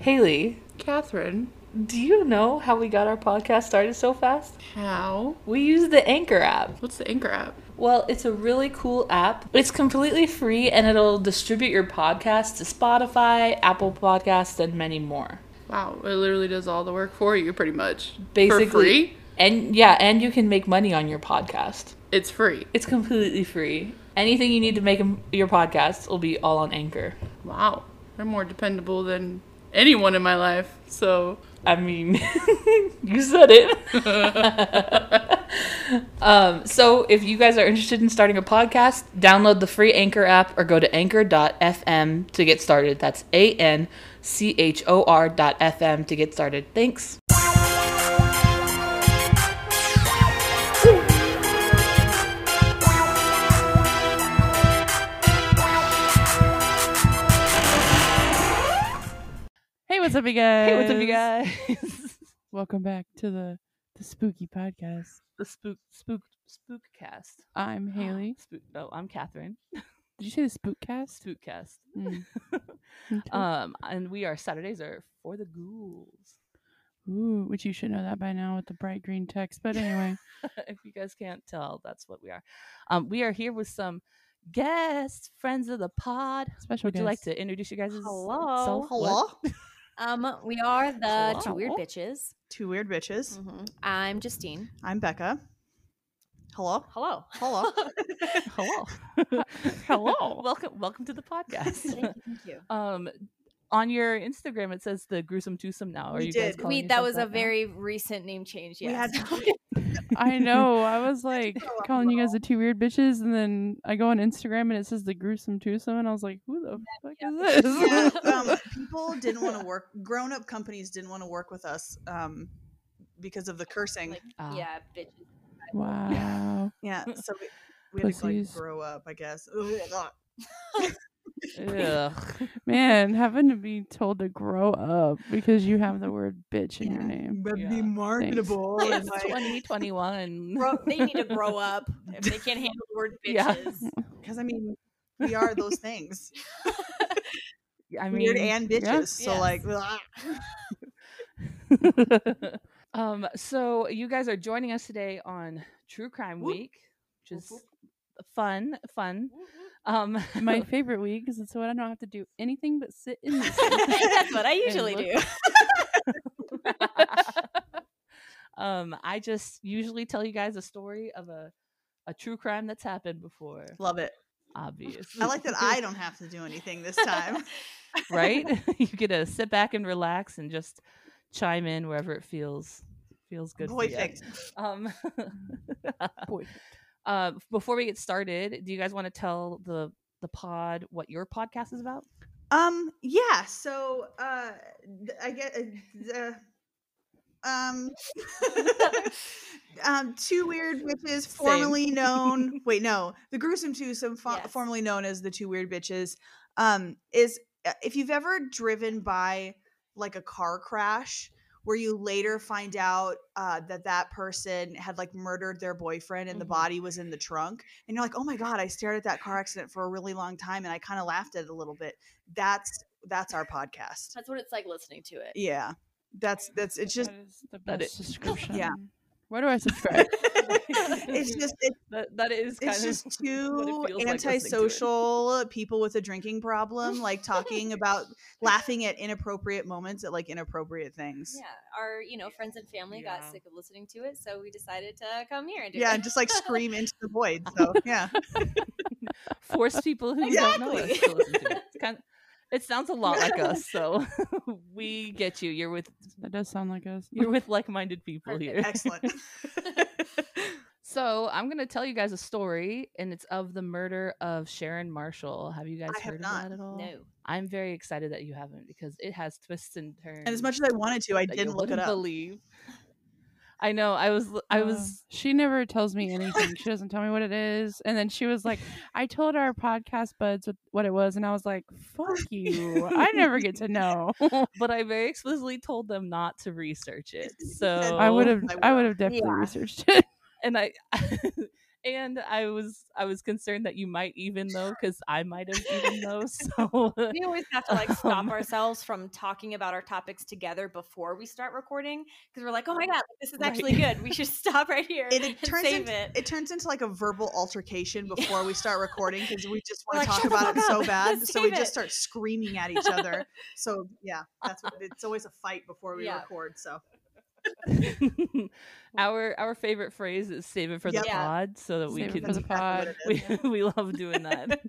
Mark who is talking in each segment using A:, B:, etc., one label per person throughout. A: Haley,
B: Catherine,
A: do you know how we got our podcast started so fast?
B: how?
A: We use the Anchor app.
B: What's the Anchor app?
A: Well, it's a really cool app. It's completely free and it'll distribute your podcast to Spotify, Apple Podcasts, and many more.
B: Wow, it literally does all the work for you, pretty much.
A: Basically,
B: for free.
A: and yeah, and you can make money on your podcast.
B: It's free.
A: It's completely free. Anything you need to make m- your podcast will be all on Anchor.
B: Wow, they're more dependable than anyone in my life. So
A: I mean, you said it. um, so, if you guys are interested in starting a podcast, download the free Anchor app or go to anchor.fm to get started. That's A N C H O R dot FM to get started. Thanks.
C: Hey, what's up, you guys?
A: Hey, what's up, you guys?
C: Welcome back to the the spooky podcast.
A: the spook, spook, spook cast.
C: I'm Haley.
A: Spook, oh, I'm Catherine.
C: Did you say the spookcast?
A: Spook cast.
C: Mm.
A: Um, and we are Saturdays are for the ghouls.
C: Ooh, which you should know that by now with the bright green text. But anyway,
A: if you guys can't tell, that's what we are. Um, we are here with some guests, friends of the pod.
C: special
A: Would you like
C: guest.
A: to introduce you guys?
D: Hello. Um, we are the two weird
A: Hello.
D: bitches.
E: Two weird bitches.
D: Mhm. I'm Justine.
E: I'm Becca. Hello.
D: Hello.
E: Hello.
A: Hello.
C: Hello.
A: welcome, welcome to the
D: thank
A: podcast.
D: you. Thank you.
A: um, on your Instagram, it says the gruesome twosome. Now, are
E: We
A: you guys?
E: did.
A: calling
D: We that
A: yourself
D: was
A: now?
D: a very recent name change.
E: We
D: Yes.
E: had-
C: I know. I was like
E: grow up a
C: calling you guys the two weird bitches, and then I go on Instagram and it says the gruesome twosome, and I was like, who the fuck is
E: Yeah,
C: this?
E: um, people didn't want to work. Grown-up companies didn't want to work with us um, because of the cursing.
D: Like,
A: Ah.
D: yeah, bitches.
C: wow.
E: yeah, so we, we had to like
C: Pussies.
E: grow up, I guess.
A: Ugh.
C: Man, having to be told to grow up because you have the word bitch in your name.
E: But
A: Yeah.
E: be marketable. and,
A: It's
E: like-
A: twenty twenty one.
D: Grow, they need to grow up. If they can't handle the word
A: Yeah.
D: bitches.
E: Because I mean, we are those things.
A: I mean,
E: weird and bitches. So
D: Yes.
E: like, ugh.
A: um, so you guys are joining us today on True Crime
E: Whoop.
A: Week, which
E: Whoop,
A: is fun, fun. Um,
C: My favorite week because it's when I don't have to do anything but sit in this.
D: That's what I usually
C: look
D: do.
A: um, I just usually tell you guys a story of a a true crime that's happened before.
E: love it.
A: Obvious.
E: I like that I don't have to do anything this time.
A: right. you get to sit back and relax and just chime in wherever it feels feels good. for
E: Boy
A: ya.
E: fix.
A: Um,
C: Boy.
A: uh, before we get started, do you guys want to tell the the pod what your podcast is about?
E: Um. Yeah. So, uh, th- I get. Uh, th- um. um. Two weird bitches,
A: Same.
E: formerly known. Wait, no, the gruesome twosome, fo-
D: Yes.
E: formerly known as the two weird bitches, um, is uh, if you've ever driven by like a car crash where you later find out uh, that that person had like murdered their boyfriend and the
A: Mhm.
E: body was in the trunk and you're like oh my god i stared at that car accident for a really long time and i kind of laughed at it a little bit that's that's our podcast
D: That's what it's like listening to it.
E: yeah that's that's it's just
C: that is the
A: that
C: best description.
E: Yeah.
C: Where do I subscribe?
E: it's just it,
A: That that is kind
E: it's
A: of
E: just
A: what it
E: two
A: feels like listening to it.
E: antisocial people with a drinking problem like talking about laughing at inappropriate moments at like inappropriate things
D: Yeah. Our, you know, friends and family
A: Yeah.
D: got sick of listening to it, so we decided to come here and do
E: yeah
D: it.
E: and just like scream into the void so yeah
A: force people who don't know us
D: Exactly.
A: to listen to it. It's kind of- it sounds a lot like us, so we get you. You're with
C: that does sound like us.
A: you're with like-minded people
D: Perfect.
A: here.
E: excellent
A: So I'm gonna tell you guys a story, and it's of the murder of Sharon Marshall. Have you guys
E: have
A: heard
E: not.
A: of that at all?
D: No.
A: I'm very excited that you haven't because it has twists and turns.
E: and as much as i wanted to i
A: that you
E: didn't look it
A: wouldn't
E: up Uh.
A: Believe. I know. I was. l- I
C: Wow.
A: was.
C: She never tells me anything. She doesn't tell me what it is. And then she was like, "I told our podcast buds what- what it was," and I was like, "Fuck you! I never get to know."
A: But I very explicitly told them not to research it. So
C: I would have.
E: I
C: Oh, I
E: will.
C: would have definitely
D: Yeah.
C: researched it.
A: and I and I was I was concerned that you might even though because I might have even though. So
D: We always have to like stop
A: Um,
D: ourselves from talking about our topics together before we start recording because we're like, oh my god, this is
A: Right.
D: actually good. We should stop right here
E: It,
D: and
E: it turns
D: save
E: into,
D: it.
E: it. turns into like a verbal altercation before we start recording because we just
D: Like,
E: want to talk
D: "Shut the
E: about it
D: fuck
E: so
D: up.
E: bad.
D: Let's
E: So we
D: save
E: just
D: it."
E: start screaming at each other. So yeah, that's what it's always a fight before we
D: Yeah.
E: record. So
A: our our favorite phrase is "save it for
E: Yep.
A: the
D: Yeah.
A: pod," so that we
C: Save it
A: can
C: for the
E: That's exactly what
C: pod.
E: it is.
A: we, we love doing that.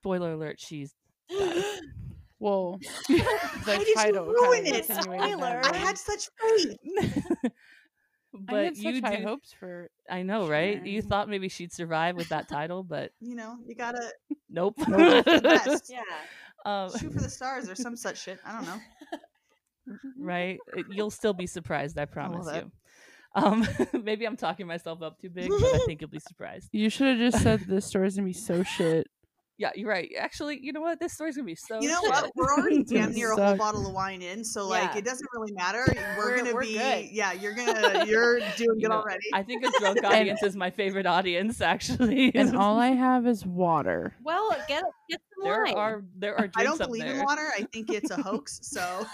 A: Spoiler alert: she's
C: Whoa.
E: Why
C: the
E: did you
C: title
E: ruin
C: kind of
E: it?
C: insinuated that
D: Spoiler.
E: I
C: already.
E: had such faith.
A: but
C: I had such
A: you
C: high
A: do,
C: hopes for
A: I know, right? You
C: Sharon.
A: thought maybe she'd survive with that title, but
E: You know, you gotta
A: nope.
E: hope for the best.
D: Yeah.
A: um,
E: shoot for the stars or some such shit. I don't know.
A: right? It- You'll still be surprised, I promise
E: it.
A: you. Um, maybe I'm talking myself up too big, but I think you'll be surprised.
C: You should have just said this story's gonna be so shit.
A: Yeah, you're right. Actually, you know what? This story's gonna be so.
E: you know
A: shit.
E: what? We're already damn near a whole
C: Sucks.
E: bottle of wine in, so like
D: Yeah.
E: it doesn't really matter. We're
D: We're-
E: gonna
D: we're
E: be
D: good.
E: yeah. You're gonna you're doing
A: You
E: good
A: know,
E: already.
A: I think a drunk audience is my favorite audience. Actually,
C: And all I have is water.
D: Well, get get some
A: there
D: wine.
A: are there are drinks
E: I don't
A: up
E: believe
A: there.
E: in water. I think it's a hoax. So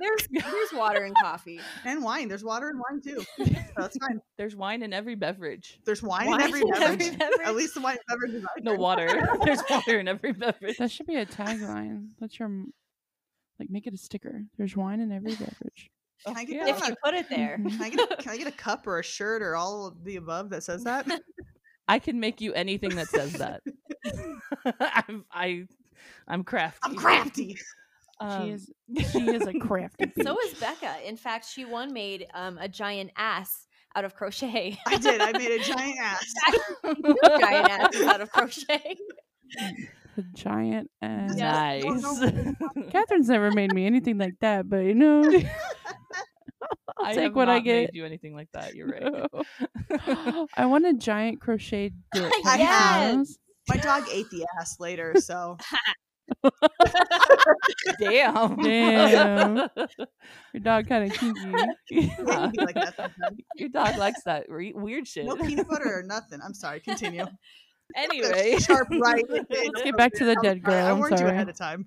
D: There's there's water and coffee.
E: and wine. There's water and wine too. So that's fine.
A: There's wine in every beverage.
E: There's wine,
D: Wine
E: in every
D: in every
E: beverage.
D: beverage.
E: At least the wine beverage. is out
A: No
E: there.
A: water. There's water in every beverage.
C: That should be a tagline. That's your m- like make it a sticker. There's wine in every beverage.
E: Can I get
A: Yeah.
E: that
D: if
E: on
D: you
E: a-
D: put it there.
C: Mhm.
E: can I get a, can I get a cup or a shirt or all of the above that says that?
A: I can make you anything that says that. I'm, I, I'm crafty.
E: I'm crafty.
A: Um,
C: she is she is a crafty.
D: So
C: bitch.
D: is Becca. In fact, she one made um, a giant ass out of crochet.
E: I did. I made a giant ass.
D: giant ass out of crochet.
C: the giant ass.
D: Yeah.
A: Nice.
C: Catherine's never made me anything like that, but you know, I'll take
A: have
C: what I
A: not
C: get.
A: Made you anything like that? You're right.
C: I want a giant crochet dick.
E: I
C: have you those?
E: My dog ate the ass later, so
A: Damn.
C: Damn. Your dog kind of kinky.
E: it can be like that sometimes.
A: Your dog likes that re- weird shit.
E: No peanut butter or nothing. I'm sorry. Continue.
A: Anyway,
E: Sharp right.
C: Let's get back to the dead girl.
E: I
C: I'm
E: warned you
C: sorry.
E: ahead of time.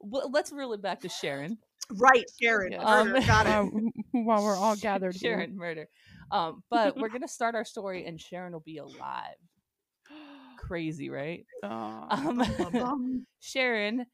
A: Well, let's reel it back to Sharon.
E: Right, Sharon.
C: Yes.
E: murder,
A: Um,
E: got it.
C: While, while we're all gathered here.
A: Sharon murder. Um, but we're gonna start our story, and Sharon will be alive. Crazy, right?
C: Aw.
A: Um,
E: Bum, bum.
A: Sharon,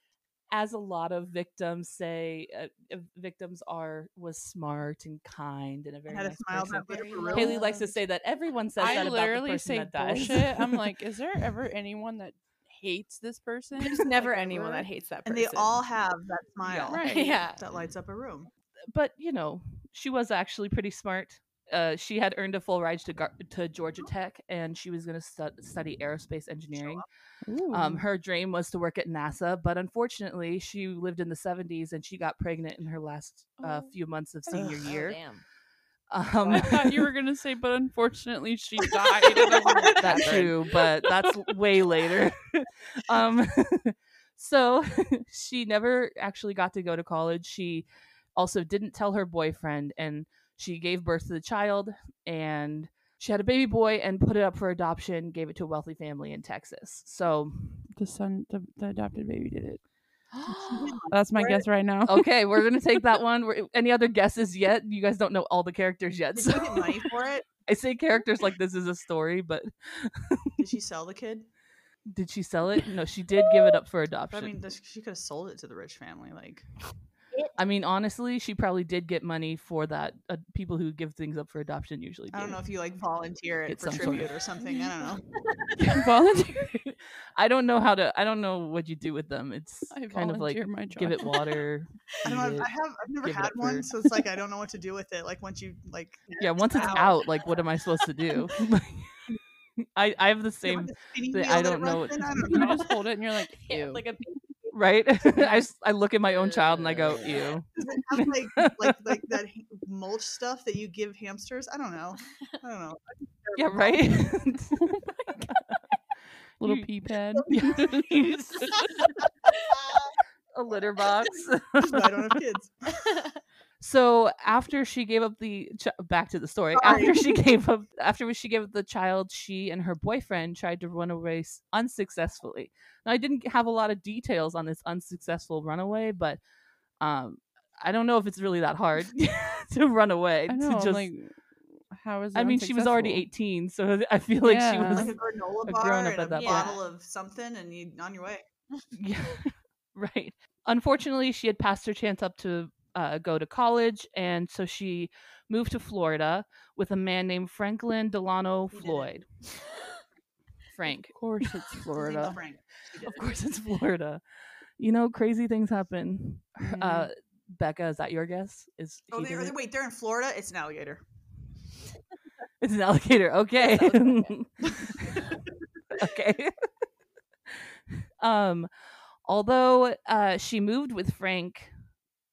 A: as a lot of victims say, uh, uh, victims are was smart and kind and a
E: I
A: very
E: had a
A: nice
E: smile
A: person.
E: about that
D: Very
E: for real.
D: low.
A: Haley likes to say that everyone says
C: I
A: that about the
C: literally
A: person
C: say
A: that dies.
C: bullshit. I'm like, is there ever anyone that hates this person?
D: There's never
C: Like,
D: anyone
C: ever?
D: that hates that
E: And
D: person.
E: they all have that smile
C: Right.
D: Yeah.
E: that lights up a room.
A: but you know, she was actually pretty smart. Uh, she had earned a full ride to Gar- to Georgia Tech, and she was going to stu- study aerospace engineering.
C: Ooh.
A: Um, her dream was to work at NASA, but unfortunately, she lived in the 70s and she got pregnant in her last uh,
C: Oh.
A: few months of
C: Ugh.
A: senior
D: Oh,
A: year.
D: damn.
A: Um,
C: I thought you were gonna say, but unfortunately, she died. And I was like,
A: that
C: Catherine.
A: too, but that's way later. um, so she never actually got to go to college. She also didn't tell her boyfriend, and she gave birth to the child, and she had a baby boy and put it up for adoption. Gave it to a wealthy family in Texas. So
C: The son, the, the adopted baby, did it. That's my guess right now.
A: okay, we're gonna take that one. We're, any other guesses yet? You guys don't know all the characters yet.
E: Did
A: So
E: she get money for it?
A: I say characters like this is a story, but
E: Did she sell the kid?
A: did she sell it? No, she did give it up for
E: But,
A: adoption.
E: I mean, this- she could have sold it to the rich family. Like,
A: I mean, honestly, she probably did get money for that. Uh, people who give things up for adoption usually. Do.
E: I don't know if you like volunteer it
A: Get
E: for
A: some sort of-
E: tribute or something. I don't know.
C: Volunteer.
A: I don't know how to. I don't know what you do with them. It's
C: I
A: kind of like
C: volunteer my
A: give it
C: child.
A: water.
E: I don't know.
A: eat
E: I've-
A: it.
E: I have. I've never
A: give it
E: had
A: up
E: one,
A: for-
E: so it's like I don't know what to do with it. Like once you like,
A: Yeah, once it's
E: out.
A: out, like what am I supposed to do? I I have the
E: you know,
A: same
E: the spinning
A: thing,
E: wheel
A: I
E: that
A: don't
E: runs
A: know what
E: in?
A: to
E: I
A: do.
E: don't
C: You
E: know.
C: just hold it and you're like,
D: Yeah,
C: ew.
D: like a
A: right. I s- I look at my own child and I go ew.
E: Does it have like like like that h- mulch stuff that you give hamsters? I don't know. I don't know.
A: Yeah, right.
C: little
A: You-
C: pee pad.
A: a litter box.
E: That's why I don't have kids.
A: So after she gave up the ch- back to the story,
E: Sorry.
A: after she gave up after she gave up the child, she and her boyfriend tried to run away s- unsuccessfully. Now I didn't have a lot of details on this unsuccessful runaway, but um I don't know if it's really that hard to run away. I know. to I'm just, like, how is? It
F: I mean, she was already
A: unsuccessful?
F: 18, so I feel like she
A: Yeah.
F: was
E: like a granola
A: Uh, a
E: bar
A: grown-up
E: and
A: at
E: a
A: that
D: point.
E: bottle of something, and you on your way.
A: Yeah. right. Unfortunately, she had passed her chance up to uh, go to college, and so she moved to Florida with a man named Franklin Delano
E: He did it.
A: Floyd. Frank. Of course, it's
E: His name's
A: Florida.
E: Frank. She did
A: of
E: it.
A: course, it's Florida. You know, crazy things happen.
F: Mhm.
A: Uh, Becca, is that your guess? Is
E: Oh,
A: he
E: they,
A: doing it?
E: wait, they're in Florida. It's an alligator.
A: It's an alligator. Okay. okay. um, although uh, she moved with Frank,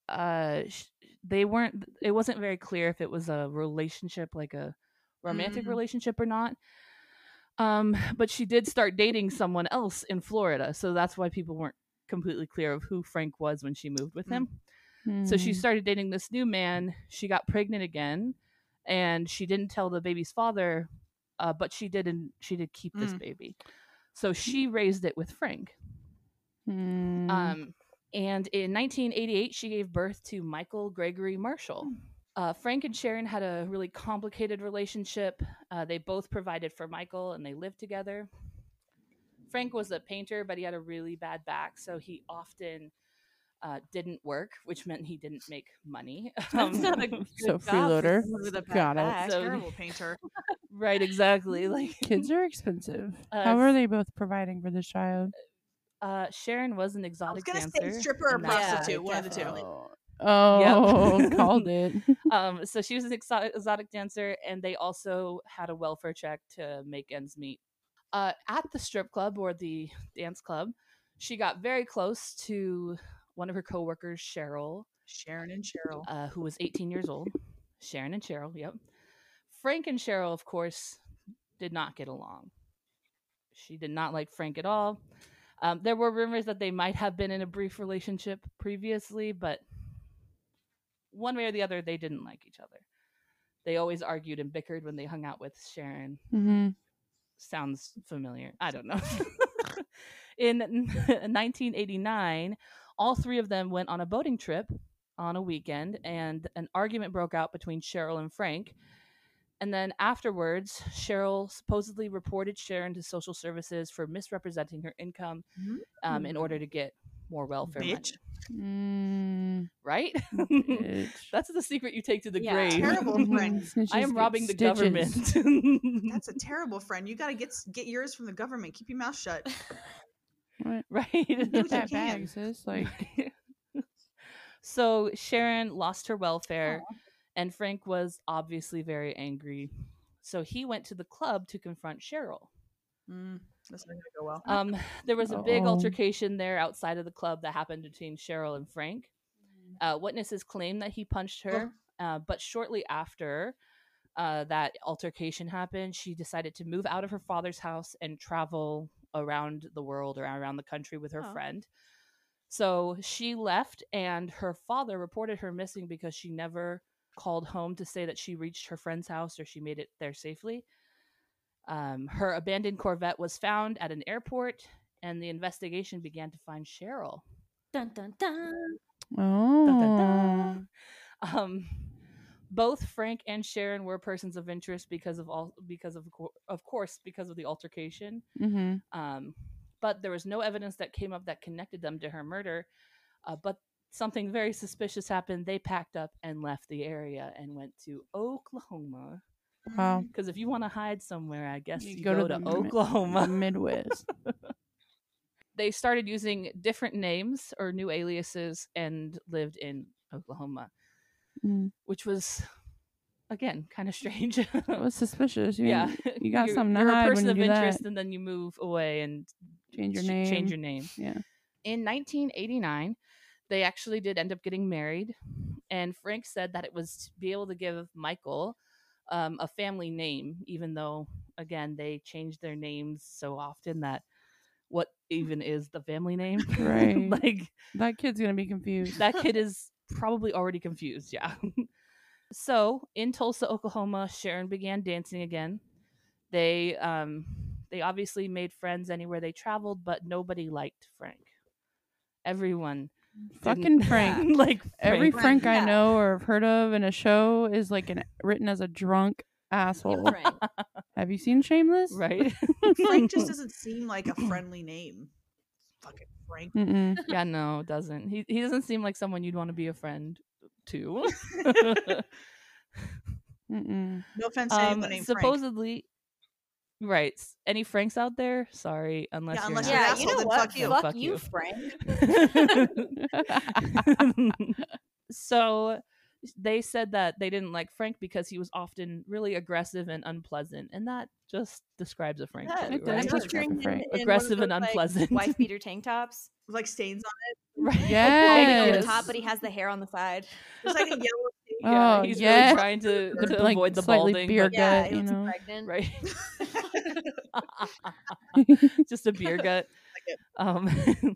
A: uh, sh- they weren't. It wasn't very clear if it was a relationship, like a romantic
E: Mm.
A: relationship, or not. Um, but she did start dating someone else in Florida, so that's why people weren't completely clear of who Frank was when she moved with
E: Mm.
A: him. So
C: Hmm.
A: she started dating this new man. She got pregnant again, and she didn't tell the baby's father, uh, but she did. And she did keep this
E: Mm.
A: baby. So she raised it with Frank.
E: Mm-hmm.
C: Hmm.
A: Um, and in 1988, she gave birth to Michael Gregory Marshall.
E: Hmm.
A: Uh, Frank and Sharon had a really complicated relationship. Uh, they both provided for Michael, and they lived together. Frank was a painter, but he had a really bad back, so he often uh, didn't work, which meant he didn't make money. Um,
D: not a
A: job
D: good
A: for
D: for
A: freeloader.
D: someone with a bad
A: Got it.
D: back.
A: So-
E: Terrible painter.
A: right, exactly. Like kids.
C: Kids are expensive.
A: Uh, How
C: How
A: are
C: are they both providing for this child?
A: Uh, Sharon was an exotic
E: I was gonna
A: dancer.
E: say stripper or
A: and that's-
D: Yeah,
E: prostitute, one of the two.
F: definitely.
C: Oh, oh called it.
A: um, so she was an exo- exotic dancer, and they also had a welfare check to make ends meet. Uh, at the strip club or the dance club, she got very close to one of her coworkers, Cheryl,
E: Sharon and Cheryl.
A: uh, who was 18 years old. Sharon and Cheryl, yep. Frank and Cheryl, of course, did not get along. She did not like Frank at all. Um, there were rumors that they might have been in a brief relationship previously, but one way or the other, they didn't like each other. They always argued and bickered when they hung out with Sharon
C: Mm-hmm.
A: sounds familiar. I don't know. In 1989, all three of them went on a boating trip on a weekend, and an argument broke out between Cheryl and Frank. And then afterwards, Cheryl supposedly reported Sharon to social services for misrepresenting her income um, in order to get more welfare money.
E: Bitch.
C: Mm,
A: Right?
C: bitch. Mm-hmm.
A: That's the secret you take to the
D: Yeah.
A: grave.
E: Terrible friend.
C: Snitches
A: I am
C: get
A: robbing the
C: stitches.
A: government.
E: That's a terrible friend. You got to get s- get yours from the government. Keep your mouth shut.
C: Right.
A: right?
E: what you
C: Get that
E: can.
C: bag, sis. Like,
A: so Sharon lost her welfare, and Frank was obviously very angry. So he went to the club to confront Cheryl.
E: Mm, that's not gonna go well.
A: Um, there was a big
C: Uh-oh.
A: altercation there outside of the club that happened between Cheryl and Frank. Uh, witnesses claim that he punched her, uh, but shortly after uh, that altercation happened, she decided to move out of her father's house and travel around the world or around the country with her
D: Oh.
A: friend. So she left, and her father reported her missing because she never called home to say that she reached her friend's house or she made it there safely. Um, her abandoned Corvette was found at an airport, and the investigation began to find Cheryl.
D: Dun, dun, dun.
C: oh.
A: Dun, dun, dun. Um, both Frank and Sharon were persons of interest because of all because of cour- of course because of the altercation.
C: Mm-hmm.
A: Um, but there was no evidence that came up that connected them to her murder. Uh, but something very suspicious happened. They packed up and left the area and went to Oklahoma.
C: Wow.
A: Because if you want to hide somewhere, I guess you,
C: You
A: go,
C: go to
A: to,
C: the mi-
A: Oklahoma.
C: Midwest.
A: they started using different names or new aliases and lived in Oklahoma,
C: Mm.
A: which was, again, kind of strange.
C: That was suspicious. You
A: yeah,
C: didn't you got
A: You're-
C: something to
A: You're a
C: hide when
A: person
C: you
A: of
C: do that.
A: interest, and then you move away and
C: Change your
A: ch-
C: name.
A: Change your name.
C: Yeah.
A: In 1989, they actually did end up getting married, and Frank said that it was to be able to give Michael um, a family name, even though again they changed their names so often that what even is the family name?
C: Right.
A: like
C: That kid's gonna be confused.
A: that kid is probably already confused. Yeah. so in Tulsa, Oklahoma, Sharon began dancing again. They um they obviously made friends anywhere they traveled, but nobody liked Frank. Everyone
C: Fucking
A: didn't-
C: Frank.
A: like
C: Every
A: Frank.
C: Frank I
D: Yeah.
C: know or have heard of in a show is like an written as a drunk asshole.
D: Frank.
C: Have you seen Shameless?
A: right?
E: Frank just doesn't seem like a friendly name. Fucking Frank.
C: Mm-mm.
A: yeah, no, it doesn't. He he doesn't seem like someone you'd want to be a friend to.
C: Mm-mm.
E: No offense to
A: um,
E: anyone named Frank.
A: supposedly right. s- Any Franks out there? Sorry, unless
E: Yeah,
A: you're
E: unless
A: not.
E: you're
D: yeah,
E: an
D: you know
E: asshole, then
D: what?
E: fuck you.
A: Fuck you.
D: you, Frank.
A: so they said that they didn't like Frank because he was often really aggressive and unpleasant, and that just describes a Frank.
D: Yeah,
A: too,
C: it does
A: right?
D: I'm
C: Frank was
D: picturing
C: fucking
D: him
C: Frank.
D: in one of
A: Aggressive and
D: those, like,
A: unpleasant.
D: wife beater tank tops.
E: With, like stains on
A: Right.
D: Like,
C: Yes.
D: the top, but he has the hair on the side.
E: it. It's like a yellow stain.
A: Yeah,
C: Oh,
A: he's
C: yeah.
A: really trying to,
C: The
A: to
C: blank-
A: avoid the
C: slightly
A: balding,
C: beer
A: but-
D: Yeah,
C: gut,
D: he
C: you
D: looks
C: know.
D: pregnant.
A: right? just a beer gut.
E: it.
A: Um,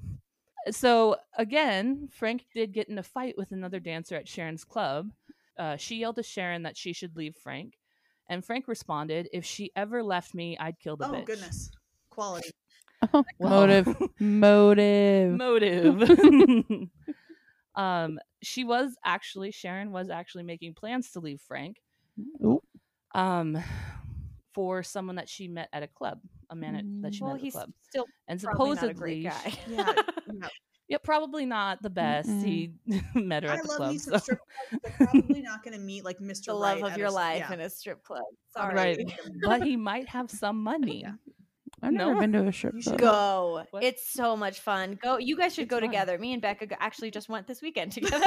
A: so again, Frank did get in a fight with another dancer at Sharon's club. Uh, she yelled to Sharon that she should leave Frank, and Frank responded, "If she ever left me, I'd kill the
E: oh
A: bitch."
E: goodness. Quality.
C: Oh,
A: Wow.
C: Motive. Motive.
A: Motive. um, she was actually Sharon was actually making plans to leave Frank.
C: Ooh.
A: Um, for someone that she met at a club, a man at, that she
D: Well,
A: met at a
D: he's
A: club,
D: still
A: and
D: probably
A: supposedly
D: not a great guy.
E: Yeah.
A: Yeah, probably not the best. He met her
E: I
A: at the
E: love
A: club.
E: me some
A: so-
E: strip clubs, but probably not gonna meet like Mr.
D: the love
E: Right at
D: of
E: a
D: your
E: s-
D: life
E: yeah.
D: in a strip club.
E: I'm
D: Sorry.
E: not
A: Right.
E: dating him.
A: but he might have some money.
E: Oh, Yeah.
C: I've
A: No.
C: never been to a strip
E: You
C: club.
E: should
D: Go.
A: What?
D: It's so much fun. Go. You guys should
A: It's
D: go
A: fun.
D: together. Me and Becca go- actually just went this weekend together.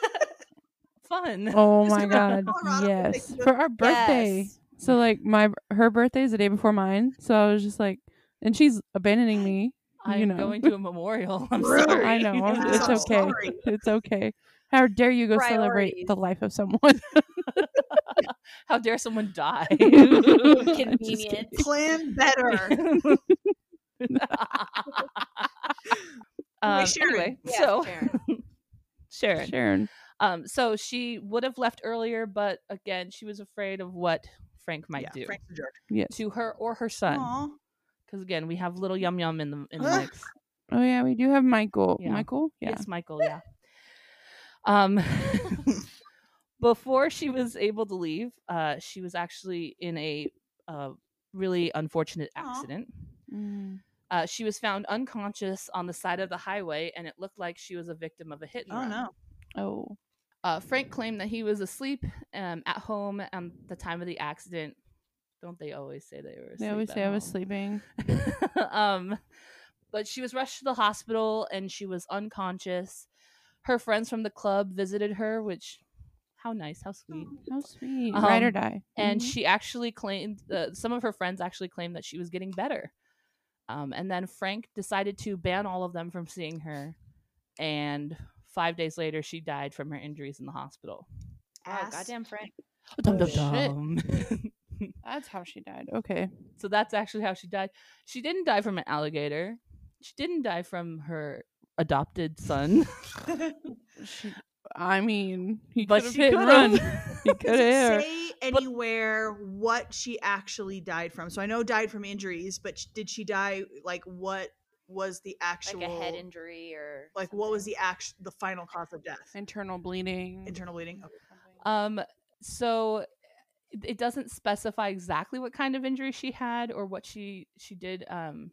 A: Fun.
C: Oh
E: Just
C: my
E: go to
C: god.
E: Colorado and
C: Yes.
E: take a-
C: For our birthday.
D: Yes.
C: So like my her birthday is the day before mine. So I was just like and she's abandoning me.
A: I'm
C: you know.
A: going to a memorial. I'm
E: Rude.
A: sorry.
C: I know.
E: I'm
C: It's
E: so
C: okay.
E: sorry.
C: It's okay. How dare you go celebrate the
D: Priorities.
C: life of someone?
A: How dare someone die?
C: I'm just
D: Convenient.
C: kidding.
E: Plan better.
A: Um,
E: Sharon.
A: anyway,
D: Yes,
A: so
D: Sharon.
A: Sharon.
C: Sharon.
A: Um, so she would have left earlier, but again, she was afraid of what Frank might
E: yeah,
A: do
E: Frank's a jerk.
C: Yes.
A: to her or her son.
E: Aw.
A: Because again, we have little yum yum in the in the
E: Ugh.
A: mix.
C: Oh yeah, we do have Michael.
A: Yeah.
C: Michael? Yeah.
A: Yes, Michael, yeah. um before she was able to leave, uh she was actually in a uh really unfortunate
E: Aw.
A: accident.
C: Mm.
A: Uh, she was found unconscious on the side of the highway, and it looked like she was a victim of a hit and
E: Oh
A: run.
E: no.
C: Oh.
A: Uh, Frank claimed that he was asleep um, at home at the time of the accident. Don't they always say they were? Asleep
C: They always
A: at
C: say I was
A: home?
C: sleeping.
A: um, but she was rushed to the hospital and she was unconscious. Her friends from the club visited her, which how nice, how sweet.
C: How sweet. Ride or
A: Um,
C: die.
A: And
C: Mhm.
A: she actually claimed uh, some of her friends actually claimed that she was getting better. Um, and then Frank decided to ban all of them from seeing her. And five days later, she died from her injuries in the hospital.
D: Wow,
E: Ass.
D: Oh, goddamn Frank.
A: Dum, dum,
C: shit.
A: dum.
C: That's how she died. Okay.
A: So that's actually how she died. She didn't die from an alligator. She didn't die from her adopted son.
C: She, I mean, he
A: But
C: could have
A: she
C: hit and run.
A: could've.
C: He
E: Does
C: could
E: it
C: have.
E: say anywhere what she actually died from? So I know died from injuries, but sh- did she die like what was the actual
D: Like a head injury or
E: like what was
D: something.
E: the act the final cause of death?
C: Internal bleeding.
E: Internal bleeding. Okay.
A: Um, so it- it doesn't specify exactly what kind of injury she had or what she she did um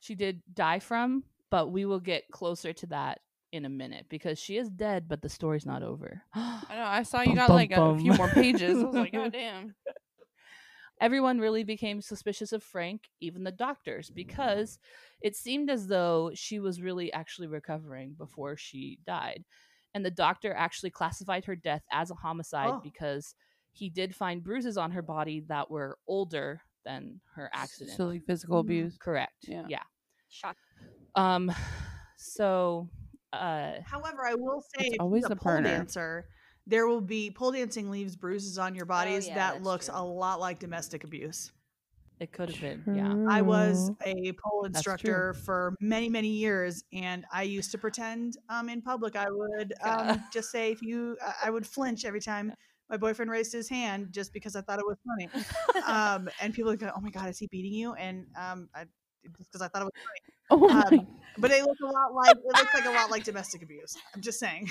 A: she did die from, but we will get closer to that in a minute because she is dead, but the story's not over.
C: I know. I saw you
A: Bum,
C: got
A: bum,
C: like a few
A: bum.
C: more pages. I was like, God damn.
A: everyone really became suspicious of Frank, even the doctors, because it seemed as though she was really actually recovering before she died. And the doctor actually classified her death as a homicide
E: Oh.
A: because he did find bruises on her body that were older than her accident. Mm-hmm.
C: So like physical
E: Mhm.
C: abuse.
A: Correct.
C: Yeah.
A: Yeah.
D: shock?
A: Um so uh
E: However, I will say
C: It's
E: if
C: always
E: always a
C: the
E: pole
C: burner.
E: dancer, there will be pole dancing leaves bruises on your bodies
D: Oh, yeah,
E: that
D: that's
E: looks
D: true.
E: a lot like domestic abuse.
A: It could have been. Yeah.
E: I was
C: True.
E: a pole
A: Oh, That's true.
E: instructor for many, many years, and I used to pretend um, in public I would um, just say if you, I- I would flinch every time my boyfriend raised his hand just because I thought it was funny. Um, and people would go, "Oh my god, is he beating you?" And um, I, just because I thought it was,
C: Oh my
E: um, but it looked a lot like it looks like a lot like domestic abuse. I'm just saying.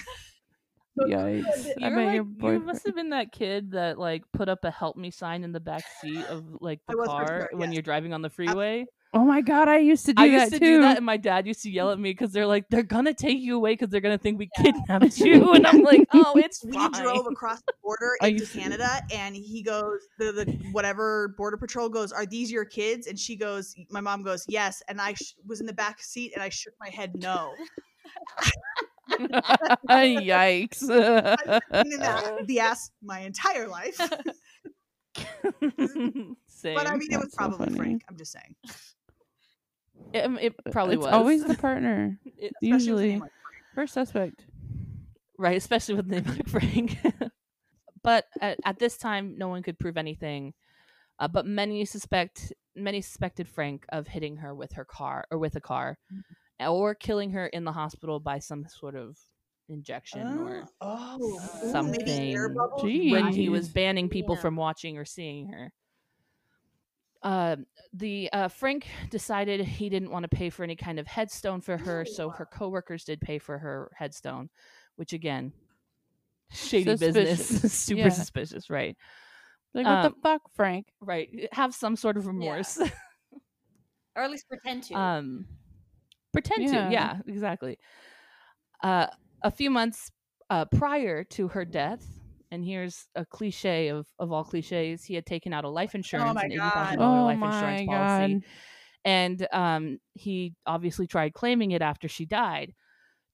A: You're
C: yikes! I bet your
A: like, you
C: boyfriend.
A: must have been that kid that like put up a help me sign in the back seat of like
E: I
A: the
E: was for
A: car
E: sure,
A: when
E: yes.
A: you're driving on the freeway.
C: Oh my god! I used to do
A: I
C: that
A: used to
C: too.
A: do that, and my dad used to yell at me because they're like, they're gonna take you away because they're gonna think we kidnapped you, and I'm like, oh, it's
E: we
A: fine.
E: drove across the border
A: Are
E: into
A: you serious?
E: Canada, and he goes, the, the whatever border patrol goes, "Are these your kids?" And she goes, "My mom goes, yes." And I sh- was in the back seat, and I shook my head no.
C: yikes!
E: Been in that
A: Oh.
E: the ass my entire life, but
A: Same.
E: I mean, it was
C: That's so
E: probably
C: funny.
E: Frank. I'm just saying.
A: it, it probably
C: it's
A: was
C: always the partner.
A: It-
E: Especially with a name
C: Usually,
E: like
C: first suspect.
A: right, especially with name like Frank. but at, at this time, no one could prove anything. Uh, but many suspect many suspected Frank of hitting her with her car or with a car,
C: Mm.
A: or killing her in the hospital by some sort of injection or
E: oh, ooh, maybe an air
A: something
E: bubble.
A: when he was
C: Jeez.
A: banning people
D: Yeah.
A: from watching or seeing her. Uh, the uh, Frank decided he didn't want to pay for any kind of headstone for her, so her coworkers did pay for her headstone, which again, shady business,
C: Suspicious.
A: super
C: Yeah.
A: suspicious, right?
C: Like what
A: Um,
C: the fuck, Frank?
A: Right, have some sort of remorse.
D: or at least pretend to.
A: um pretend
C: Yeah.
A: to yeah exactly uh a few months uh prior to her death and here's a cliche of of all cliches he had taken out a life insurance
E: my
A: an $80,000
E: God.
C: Oh
A: life
C: my
A: insurance policy
C: god!
A: and um he obviously tried claiming it after she died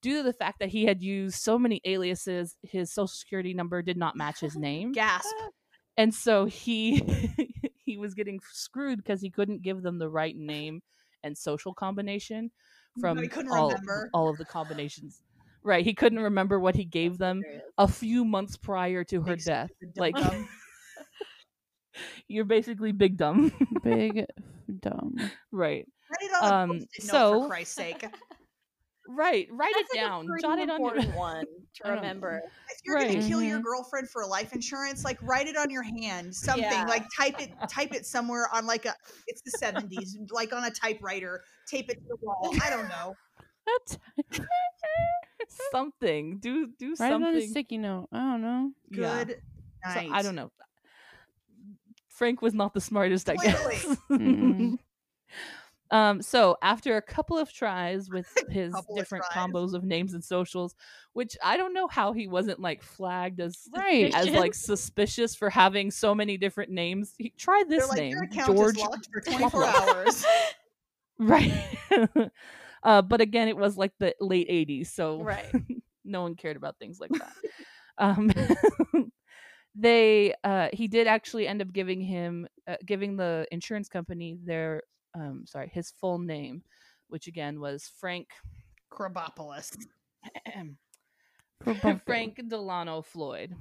A: due to the fact that he had used so many aliases his social security number did not match his name
E: gasp.
A: uh, and so he he was getting screwed because he couldn't give them the right name and social combination from
E: he couldn't
A: all,
E: remember.
A: all of the combinations right he couldn't remember what he gave them a few months prior to her
E: Big
A: death
E: stupid
A: like
E: dum-dum.
A: you're basically big dumb
C: Big dumb.
A: right
E: Write it on
A: um,
E: a post-it note,
A: so-
E: for Christ's sake.
A: right write
D: That's
A: it
D: like a
A: down
D: pretty
A: jot it on your
D: important one to
A: I don't-
D: remember.
E: if you're
A: Right.
E: gonna kill your
C: Mhm.
E: girlfriend for life insurance, like write it on your hand, something
D: Yeah.
E: like type it, type it somewhere on like a. It's the seventies, like on a typewriter, tape it to the wall. I don't know.
C: What?
A: something do do
C: Write it on a
A: something
C: sticky note. I don't know.
A: Yeah.
E: Good
A: So,
E: night.
A: i don't know frank was not the smartest i
E: Clearly.
A: guess
C: Mm.
A: Um, so after a couple of tries with his
E: Couple of
A: different
E: tries.
A: combos of names and socials, which I don't know how he wasn't like flagged as
C: Right.
A: as like suspicious for having so many different names. He, try
E: They're
A: this
E: like,
A: name,
E: your account
A: George.
E: is locked for twenty four
A: Plummer.
E: hours.
A: Right. uh, but again, it was like the late '80s, so
D: Right.
A: no one cared about things like that. um, they uh, he did actually end up giving him uh, giving the insurance company their um, sorry his full name, which again was Frank
E: Krabopolis.
C: For Bumper.
A: Frank Delano Floyd.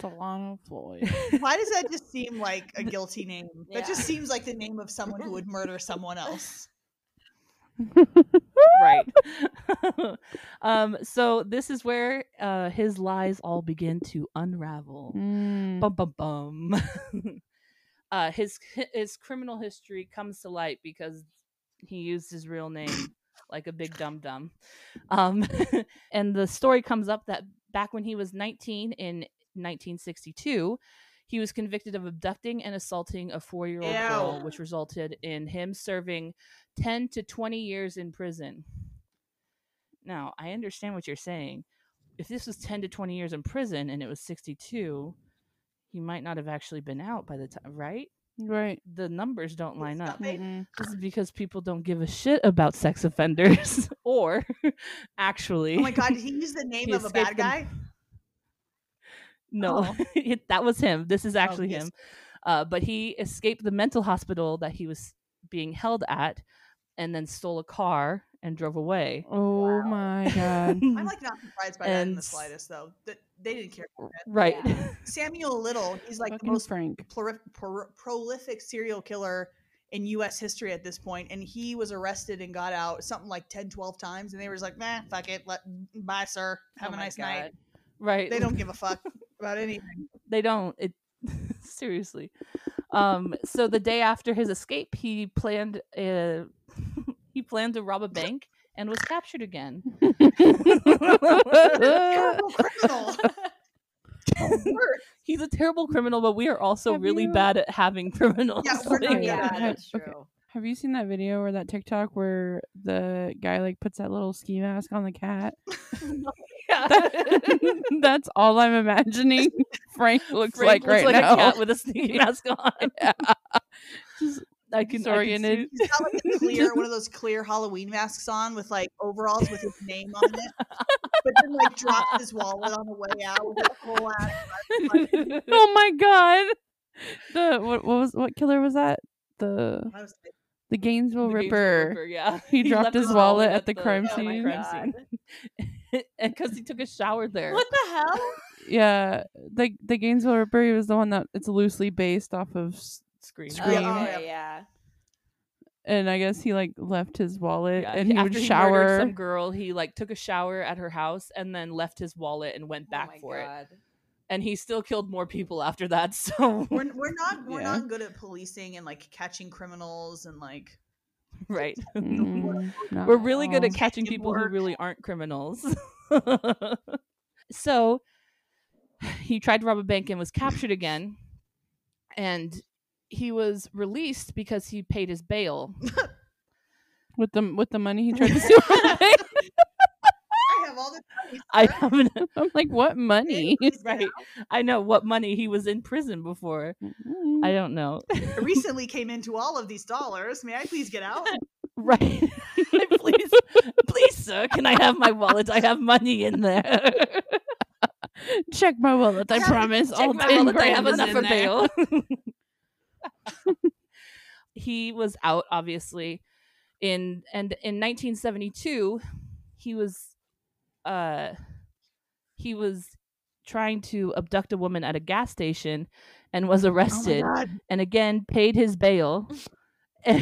C: Delano Floyd.
E: Why does that just seem like a guilty name? That
D: Yeah.
E: just seems like the name of someone who would murder someone else.
A: right. um, so this is where uh, his lies all begin to unravel.
C: Mm.
A: Bum bum bum. uh, his his criminal history comes to light because he used his real name like a big dum dum. Um, and the story comes up that back when he was 19 in 1962. He was convicted of abducting and assaulting a four year old
E: Ew.
A: girl, which resulted in him serving 10 to 20 years in prison. Now, I understand what you're saying. If this was 10 to 20 years in prison and it was 62, he might not have actually been out by the time, right?
C: Right.
A: The numbers don't line up.
E: Right.
C: Mm-mm.
A: This is because people don't give a shit about sex offenders or actually.
E: Oh my god, did he use the name
A: He
E: of a bad
A: escaped the-
E: guy?
A: No,
E: Oh.
A: it- that was him. This is actually
E: yes.
A: him. Uh, but he escaped the mental hospital that he was being held at and then stole a car and drove away.
C: Oh my god.
E: I'm like not surprised by that in
A: And
E: the
A: s-
E: slightest though. That they didn't care.
A: right.
E: Samuel Little, he's like the
C: Fucking
E: most
C: Frank.
E: plurif- pro- prolific serial killer in U.S. history at this point, and he was arrested and got out something like 10, 12 times, and they were just like, "Man, fuck it, let bye, sir, have
A: Oh
E: a
A: my
E: nice night."
A: God. Right.
E: They don't give a fuck about anything.
A: they don't it seriously um so the day after his escape he planned uh he planned to rob a bank and was captured again
E: Terrible criminal.
A: he's a terrible criminal but we are also
C: Have
A: really
C: you-
A: bad at having criminals
E: Yeah, we're not
A: Like,
E: good
D: yeah,
E: at it.
D: that's true.
C: Okay. Have you seen that video or that TikTok where the guy like puts that little ski mask on the cat? That's all I'm imagining Frank looks
A: Frank
C: like right now.
A: a cat with a sneaky mask on
C: Yeah.
A: just i can, I can
C: Disoriented.
A: see-
E: He's got like a clear one of those clear Halloween masks on with like overalls with his name on it, but then like dropped his wallet on the way out with a whole ass
C: oh my god! The what, what was what killer was that? The
E: I was like,
C: the Gainesville
A: The Gainesville
C: Ripper.
A: Ripper, yeah.
C: He dropped
A: left
C: his wallet at the crime
A: yeah,
C: scene.
A: crime scene. Because he took a shower there.
D: What the hell?
E: Oh,
C: Yeah, the the Gainesville Ripper. He was the one that it's loosely based off of, s-
A: Scream.
C: Scream.
E: Oh,
D: Oh,
E: yeah.
D: yeah.
C: and I guess he like left his wallet
A: Yeah,
C: and he would
A: after
C: shower.
A: murdered some girl. He like took a shower at her house and then left his wallet and went back
D: oh my
A: for it.
D: God.
A: And he still killed more people after that. So
E: we're, we're not we're
C: Yeah.
E: not good at policing and like catching criminals and like
A: right,
C: Mm, not
A: we're really good at
C: all.
A: catching people who
E: Teamwork.
A: really aren't criminals. so he tried to rob a bank and was captured again, and he was released because he paid his bail.
C: with the with the money he tried to steal. from the bank.
E: I have all the money,
A: I
E: sir.
A: haven't
C: I'm like, what money?
E: Please get
A: right. I know what money he was in prison before. I don't know.
E: out. I recently came into all of these dollars. May I please get
A: Oh
E: out?
A: Right. please, please, sir, can I have my wallet? I have money in there.
C: Check my wallet. I
E: Yeah,
C: promise.
A: Check
C: All
A: my
C: 10
A: wallet. I
C: grand
A: have
C: is
A: enough
C: in
A: for
C: there.
A: bail. he was out, obviously, in and in 1972, he was, uh, he was trying to abduct a woman at a gas station, and
C: Oh
A: was arrested, and again paid his bail.
C: How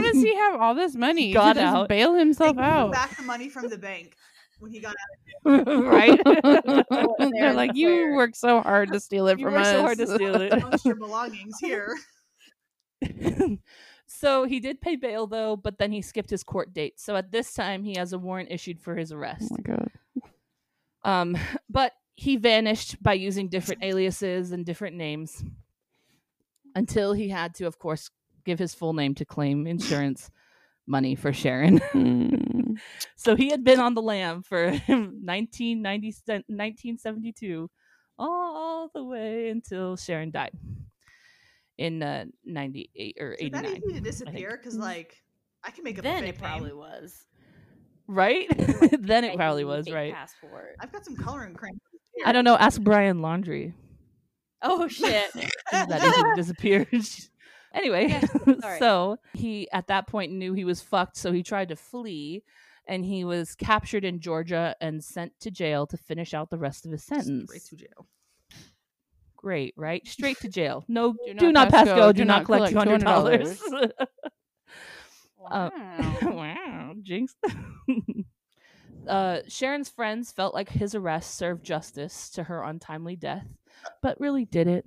C: does he have all this money? He
A: got
C: just
A: out.
C: bail himself
E: They
C: out.
E: took back the money from the bank when he got out.
A: right?
C: They're like, you worked so hard to steal it
A: You
C: from
A: worked
C: us. Oh
A: so hard to steal
E: Amongst your belongings here.
A: it. so he did pay bail though, but then he skipped his court date. So at this time, he has a warrant issued for his
C: Oh
A: arrest.
C: my god.
A: Um, but he vanished by using different aliases and different names until he had to, of course, give his full name to claim insurance money for Sharon.
C: Mm.
A: So he had been on the lam for 1990, 1972 all the way until Sharon died in uh, 98 or
E: Is that
A: 89.
E: easy to disappear? Because like I can make up a
D: Then
E: fake
D: it probably
E: name.
D: was.
A: Right? then it
D: I
A: probably
D: need
A: was,
D: fake
A: right?
D: Passport.
E: I've got some coloring crayon.
A: I don't know. Ask Brian Laundry.
D: Oh shit.
A: Is that easy to disappear? anyway,
D: sorry.
A: so he at that point knew he was fucked, so he tried to flee and he was captured in Georgia and sent to jail to finish out the rest of his sentence.
E: Straight to jail.
A: great, right? Straight to jail. No, do
C: Do
A: not,
C: not
A: pass
C: pass
A: go.
C: go,
A: Do, not, collect two hundred dollars.
C: $200.
A: Uh, wow, jinx. uh, Sharon's friends felt like his arrest served justice to her untimely death, but really did it?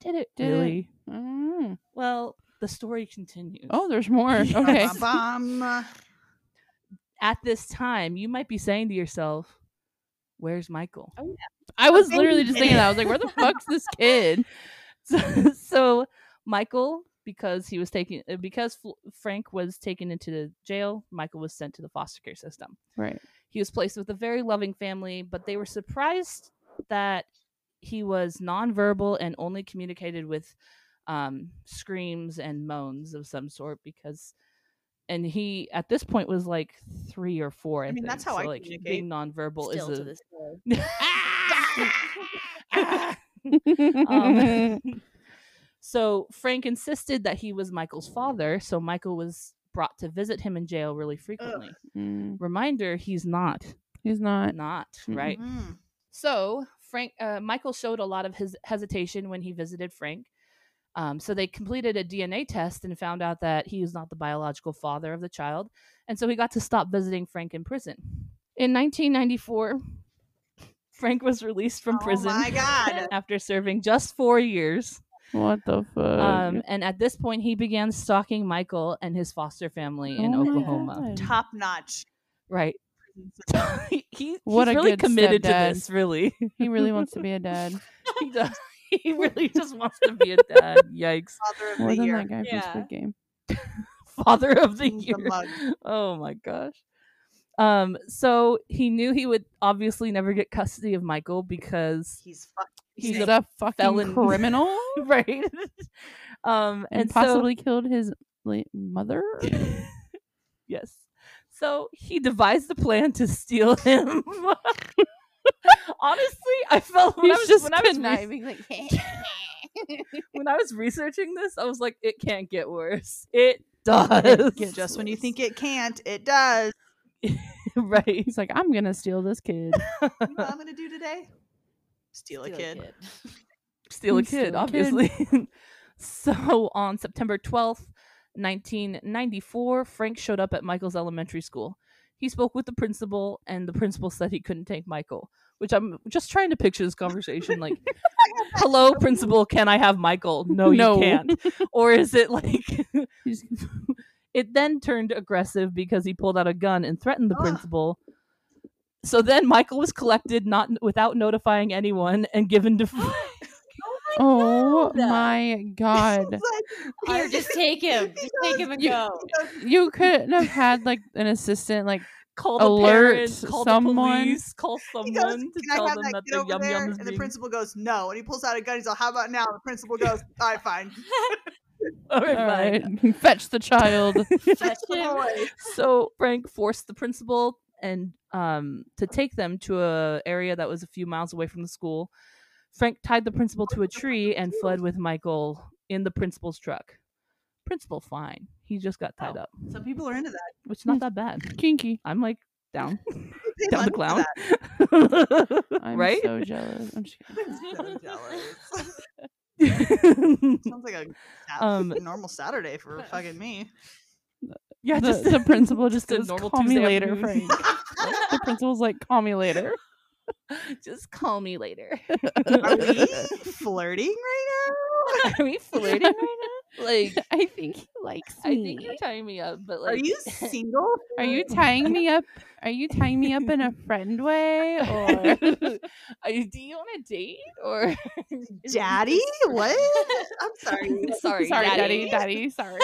A: Did it
C: Did it?
A: really?
C: Mm.
A: Well, the story continues.
C: Oh, there's more.
A: Yes.
C: Okay.
E: Bum, bum, bum.
A: at this time, you might be saying to yourself, "Where's Michael?"
C: I was
E: Thank
C: literally
E: you.
C: just thinking that. I was like, where the fuck's this kid?
A: So, so Michael, because he was taken, uh, because Fl- Frank was taken into the jail, Michael was sent to the foster care system.
C: Right.
A: He was placed with a very loving family, but they were surprised that he was nonverbal and only communicated with um, screams and moans of some sort because. And he, at this point, was like three or four. I,
E: I mean, that's
A: think. So,
E: how I
A: like
E: communicate
A: being nonverbal
D: Still
A: is
D: to
A: a,
D: this day.
A: Um, so Frank insisted that he was Michael's father, so Michael was brought to visit him in jail really frequently.
C: Mm,
A: Reminder, he's not.
C: He's not.
A: Not,
C: Mm-mm.
A: right?
E: Mm.
A: So Frank uh, Michael showed a lot of his hesitation when he visited Frank. Um, so they completed a DNA test and found out that he was not the biological father of the child. And so he got to stop visiting Frank in prison. In 1994, Frank was released from
E: Oh
A: prison
E: my God.
A: after serving just four years.
C: What the fuck?
A: Um, and at this point, he began stalking Michael and his foster family in
C: Oh my
A: Oklahoma.
C: God.
E: Top notch.
A: Right. he, he's
C: What a
A: really
C: good
A: committed
C: stepdad.
A: to this, really.
C: he really wants to be a dad.
A: he does. He really just wants to be a dad. Yikes.
E: Father of
C: More
E: the
C: than
E: year.
C: that guy
D: Yeah.
C: from Squid Game.
A: Father of the
E: Who's the
A: year.
E: mug?
A: Oh my gosh. Um, so he knew he would obviously never get custody of Michael because
E: He's fucked.
C: He's,
A: he's,
C: a,
A: a,
C: fucking
A: felon.
C: criminal
A: right. um
C: and,
A: and,
C: possibly killed his la- mother.
A: so, Yes. So he devised a plan to steal him. Honestly, I felt when I was when I was re-
C: like,
A: when I was researching this, I was like, it can't get worse. It does.
E: Just when you think it can't, it does.
A: right.
C: he's like, I'm gonna steal this kid.
E: You know what I'm gonna do today? Steal, a kid.
A: steal a
C: And
A: kid,
C: steal a kid.
A: obviously. so on September 12th, 1994, Frank showed up at Michael's elementary school. He spoke with the principal, and the principal said he couldn't take Michael, which I'm just trying to picture this conversation like, hello, principal, can I have Michael? No, you
C: No.
A: can't. Or is it like.
C: He's-
A: it then turned aggressive because he pulled out a gun and threatened the
E: Ugh.
A: principal. So then Michael was collected not without notifying anyone and given to
C: oh
A: God.
C: my god.
E: It's like,
D: Here, just take him. Just take him and
C: You-
D: go.
C: You couldn't have had like an assistant like
A: call the
C: Alert
A: parents, call
C: someone.
A: the police, call
E: he
A: someone to
E: goes, "Can
A: tell
E: I have
A: them
E: that
A: that
E: kid
A: their
E: over
A: yum
E: there?"
A: yum is
E: And the
A: being
E: principal goes, "No." And he pulls out a gun. He's like, "How about now?" The principal goes, "All right, fine."
A: All right,
C: all right.
A: fine.
C: uh, Fetch the child.
D: Fetch
E: The
D: him.
E: boy.
A: So Frank forced the principal and um to take them to a area that was a few miles away from the school. Frank tied the principal to a tree and fled with Michael in the principal's truck. Principal fine. He just got tied
E: Oh.
A: up,
E: Some people are into that.
A: which is not that bad.
C: Kinky.
A: I'm like down.
E: They pay
A: down the
E: money for
A: clown.
E: that.
C: I'm
A: right?
C: so jealous. I'm just kidding.
E: I'm so jealous. Sounds like a sat-
A: Um,
E: a normal Saturday for fucking me.
A: yeah,
C: The-
A: just
C: the principal just
A: a
C: goes,
A: normal
C: "Call me
A: Tuesday
C: later,
A: afternoon."
C: the principal's like, call me later.
A: just call me later.
E: Are we flirting right
A: Are we flirting right now? Like,
C: I think he likes me.
A: I think you're tying me up, but
E: now? Are
A: like,
E: you single?
C: Are you tying me up? Are you tying me up in a friend way? Or
A: Are you- do you want a date or
E: Daddy? What? I'm sorry.
A: Sorry,
C: sorry,
A: daddy.
C: daddy, daddy, sorry.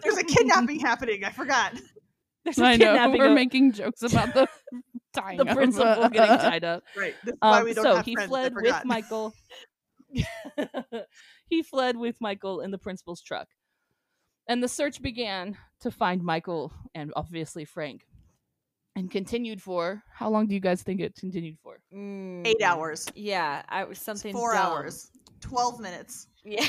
E: There's a kidnapping happening. I forgot.
A: There's a
C: I know
A: kidnapping
C: we're
A: of
C: making jokes about the uh, tying
A: the
C: up.
A: principal getting tied up.
E: Right. This is why
A: Um,
E: we don't
A: so
E: have
A: he
E: friends.
A: fled
E: I
A: with
E: forgot.
A: Michael. he fled with Michael in the principal's truck. And the search began to find Michael and obviously Frank. And continued for how long do you guys think it continued for?
E: eight
D: Mm.
E: hours,
D: Yeah, I was something.
E: four
D: dumb.
E: hours, twelve minutes,
D: Yeah.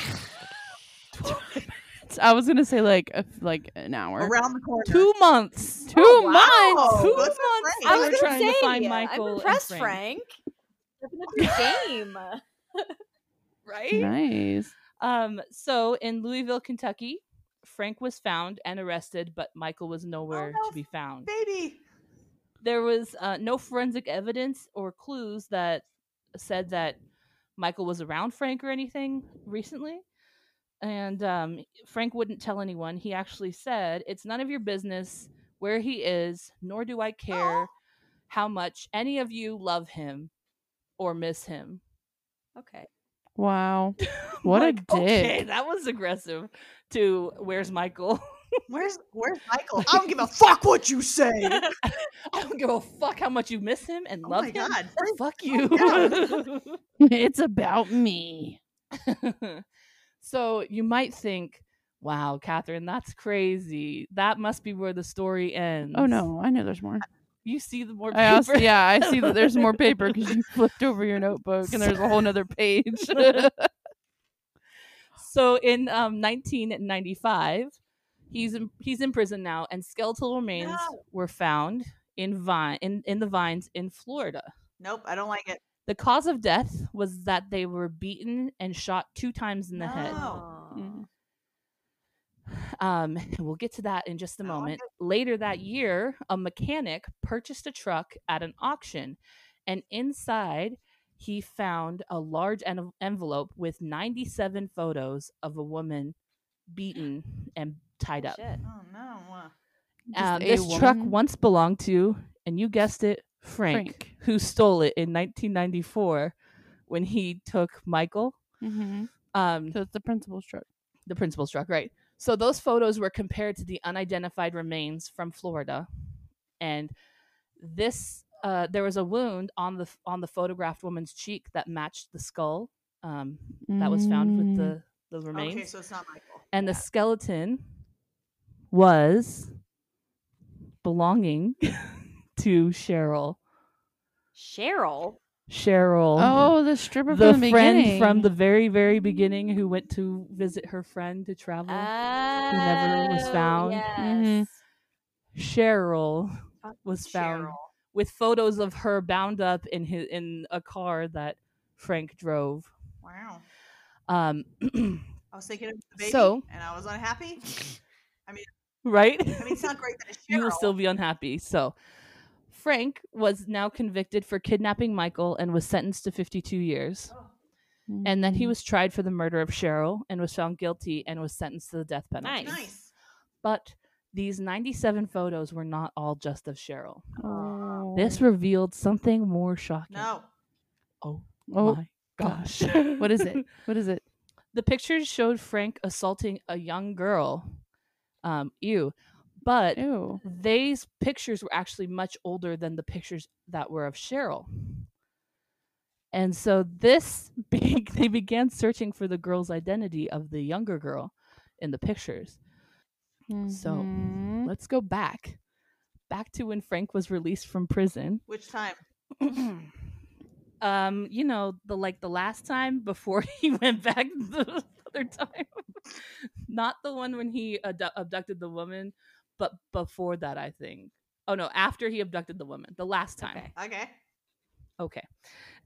C: I was gonna say like a, like an hour.
E: around the corner.
A: Two months.
C: Two
E: Oh,
C: months.
E: wow.
A: Two
E: Good
A: months.
E: for
A: They
E: Frank.
D: I
E: I
A: were
D: was gonna
A: trying to
D: say, uh,
A: find Michael.
D: I'm
A: and
D: impressed,
A: Frank.
D: Frank. Look at your game.
A: Right?
C: Nice.
A: Um, so in Louisville, Kentucky, Frank was found and arrested, but Michael was nowhere
E: no.
A: to be found.
E: Baby.
A: There was uh, no forensic evidence or clues that said that Michael was around Frank or anything recently. And um, Frank wouldn't tell anyone. He actually said, It's none of your business where he is, nor do I care how much any of you love him or miss him.
D: Okay.
C: Wow.
A: I'm
C: What a
A: Okay,
C: dick.
A: that was aggressive. To where's Michael?
E: Where's Where's Michael? I don't give a fuck what you say.
A: I don't give a fuck how much you miss him and
E: Oh
A: love
E: my
A: him.
E: god. Oh, Frank,
A: Fuck you.
C: it's about me.
A: so you might think, wow, Catherine, that's crazy. That must be where the story ends.
C: Oh no, I know there's more.
A: You see the more paper.
C: I also, yeah, I see that there's more paper because you flipped over your notebook and there's a whole nother page.
A: So in um, 1995, he's in, he's in prison now, and skeletal remains
E: No.
A: were found in vine in, in the vines in Florida.
E: Nope. I don't like it.
A: The cause of death was that they were beaten and shot two times in the head.
E: Ah. Oh.
D: Oh,
C: Mm.
A: Um, and we'll get to that in just a
E: Oh, I
A: moment. Later that year, a mechanic purchased a truck at an auction, and inside he found a large en- envelope with 97 photos of a woman beaten and tied up.
D: Shit.
E: Oh no. uh,
C: Just
A: Um,
C: a
A: this truck
C: woman?
A: once belonged to, and you guessed it, Frank,
C: Frank.
A: who stole it in 1994 when he took Michael.
C: Mhm.
A: Um,
C: So it's the principal's truck.
A: the principal's truck, right? So those photos were compared to the unidentified remains from Florida, and this uh, there was a wound on the on the photographed woman's cheek that matched the skull um, that was found with
C: Mm.
A: the the remains,
E: Okay, so it's not Michael.
A: and the skeleton was belonging to Cheryl.
D: Cheryl.
A: Cheryl.
C: Oh, the stripper
A: The,
C: from the
A: friend
C: beginning.
A: from the very, very beginning who went to visit her friend to travel. Mm-hmm. never was
D: Oh,
A: found. Mm-hmm.
D: Yes.
C: Mhm.
A: Cheryl
E: Fuck
A: was found
E: Cheryl.
A: with photos of her bound up in his in a car that Frank drove.
E: Wow.
A: Um,
E: I was thinking of the baby,
A: So-
E: and I was unhappy.
A: right?
E: I mean, it's not great that it's Cheryl.
A: you will still be unhappy. So, Frank was now convicted for kidnapping Michael and was sentenced to 52 years.
E: Oh,
A: And then he
C: Mhm.
E: Mm-hmm.
A: was tried for the murder of Cheryl and was found guilty and was sentenced to the death penalty.
E: nice.
A: But these 97 photos were not all just of Cheryl.
C: Oh.
A: This revealed something more shocking.
E: No.
A: Oh,
C: Oh,
A: my gosh.
C: what is it? What is it?
A: the pictures showed Frank assaulting a young girl. Um, ew. But
C: Ew.
A: these pictures were actually much older than the pictures that were of Cheryl. And so this big they began searching for the girl's identity of the younger girl in the pictures. So,
C: Mhm.
A: Let's go back. Back to when Frank was released from prison.
E: Which time?
A: um, you know, the like the last time before he went back the other time, not the one when he adu- abducted the woman, but before that, I think. Oh no, after he abducted the woman, the last time.
E: Okay.
A: Okay,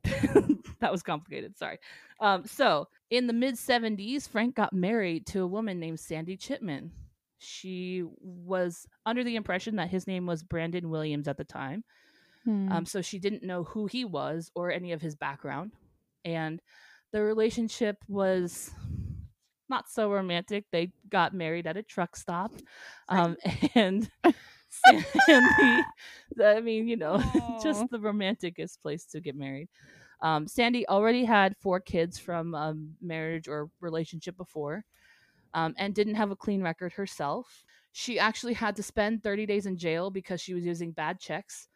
A: that was complicated. Sorry. Um, so in the mid '70s, Frank got married to a woman named Sandy Chipman. She was under the impression that his name was Brandon Williams at the time.
C: Hmm.
A: Um, so she didn't know who he was or any of his background. And the relationship was not so romantic. They got married at a truck stop. Um, and Sandy, I mean, you know,
D: Oh.
C: Aw.
A: just the romanticest place to get married. Um, Sandy already had four kids from a marriage or relationship before um, and didn't have a clean record herself. She actually had to spend 30 days in jail because she was using bad checks.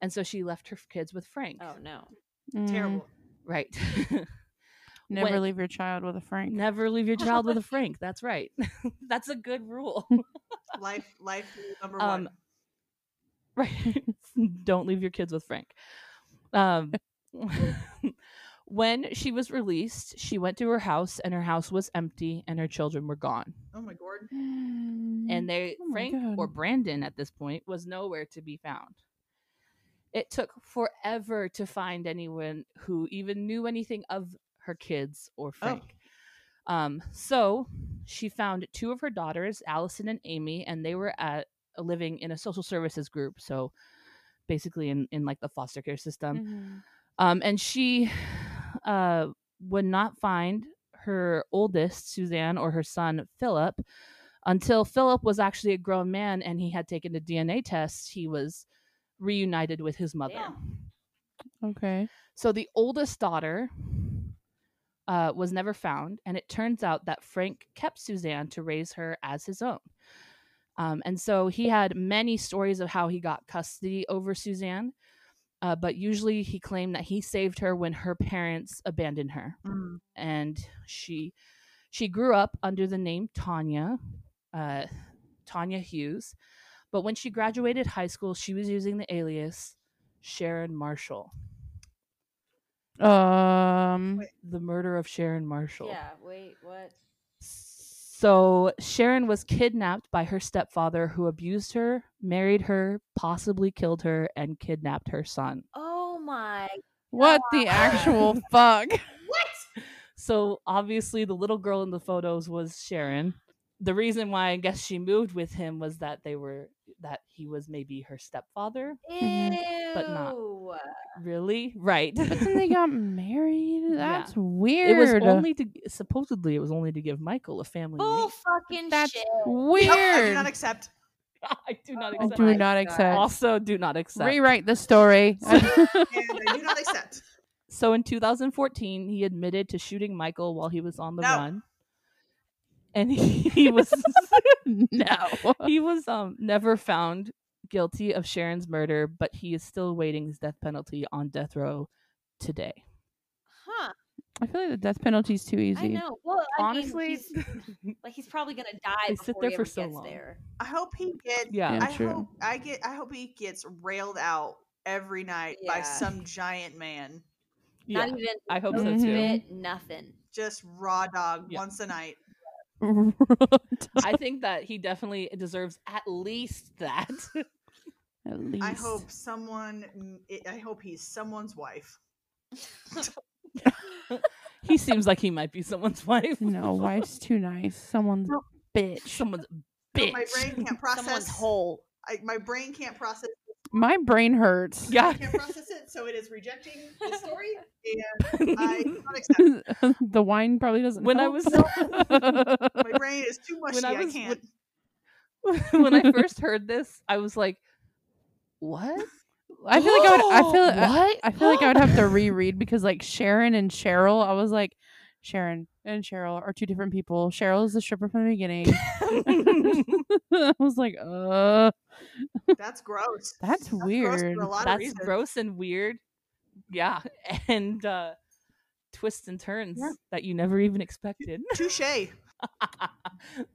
A: And so she left her kids with Frank.
D: Oh no.
C: Mm.
E: Terrible.
A: Right.
C: Never
A: When-
C: leave your child with a Frank.
A: Never leave your child with a Frank. That's right. That's a good rule.
E: Life, life rule number
A: Um,
E: one.
A: Right. Don't leave your kids with Frank. Um, when she was released, she went to her house and her house was empty and her children were gone.
E: Oh my god.
A: and they
C: Oh my
A: Frank
C: God.
A: or Brandon at this point was nowhere to be found. It took forever to find anyone who even knew anything of her kids
C: Oh.
A: or
E: Oh.
A: Frank. Um, so she found two of her daughters, Allison and Amy, and they were at living in a social services group. So basically in, in like the foster care system
C: Mhm.
A: um, and she uh, would not find her oldest Suzanne or her son Philip until Philip was actually a grown man and he had taken a DNA test. He was reunited with his mother.
D: Damn.
C: Mm-hmm. Okay.
A: So the oldest daughter uh, was never found, and it turns out that Frank kept Suzanne to raise her as his own. Um, and so he had many stories of how he got custody over Suzanne, uh, but usually he claimed that he saved her when her parents abandoned her,
E: Mm.
A: and she she grew up under the name Tanya, uh, Tanya Hughes. But when she graduated high school, she was using the alias Sharon Marshall
C: Um.
E: Wait.
A: the murder of Sharon Marshall.
D: Yeah. Wait. What?
A: So Sharon was kidnapped by her stepfather who abused her, married her, possibly killed her, and kidnapped her son.
D: Oh my
C: What the actual fuck?
A: So obviously, the little girl in the photos was Sharon. The reason why I guess she moved with him was that they were that he was maybe her stepfather. Mm-hmm. But not-
D: Ew.
A: Really? Right.
C: But then they got married. That's weird.
A: it was only to supposedly it was only to give Michael a family.
D: Bull
A: name.
D: fucking
C: That's
D: shit.
C: weird.
E: Nope, I do not accept.
A: I do not
C: I
A: accept.
C: do
D: my
C: not
D: God.
C: accept.
A: Also, do not accept.
C: Rewrite the story.
E: And I do not accept.
A: So in 2014, he admitted to shooting Michael while he was on the
E: No.
A: run, and he, he was
C: no.
A: he was um never found guilty of Sharon's murder, but he is still awaiting his death penalty on death row today.
D: Huh.
C: I feel like the death penalty's too
D: I
C: easy.
D: know. Well, I
A: Honestly,
D: mean, he's, like he's probably gonna die
A: They sit
D: before
A: there
D: he
A: for
D: ever
A: so
D: gets
A: long.
D: there.
E: I hope he gets.
A: yeah,
C: Yeah.
E: I
C: true.
E: hope I get. I hope he gets railed out every night by
D: Yeah.
E: some giant man.
A: yeah.
D: Not even
A: I hope
D: no
A: so
C: Mhm.
A: too.
D: spit, nothing.
E: Just raw dog
A: Yeah.
E: once a night.
A: I think that he definitely deserves at least that.
C: At least.
E: I hope someone. mm, it- I hope he's someone's wife.
A: he seems like he might be someone's wife.
C: No, wife's too nice. Someone's
E: No.
C: bitch.
A: Someone's
E: No,
A: bitch.
E: my brain can't process.
D: Someone's whole.
E: I, my brain can't process.
C: My brain hurts.
E: I
A: yeah.
E: can't process it, so it is rejecting the story. And I do not accept.
C: the wine probably doesn't.
A: when I
C: help.
A: was
E: My brain is too mushy.
A: When I
E: I,
A: was
E: can't.
A: look- when I first heard this, I was like, "What?"
C: I feel like I would. I feel. I,
A: what?
C: I feel like I would have to reread because like Sharon and Cheryl, I was like, Sharon and Cheryl are two different people. Cheryl is the stripper from the beginning. I was like, uh,
E: That's gross.
C: that's
E: gross
C: weird.
E: for a lot of
A: That's
E: reasons.
A: gross and weird. Yeah, and uh, twists and turns
E: Yeah.
A: that you never even expected.
E: Touche.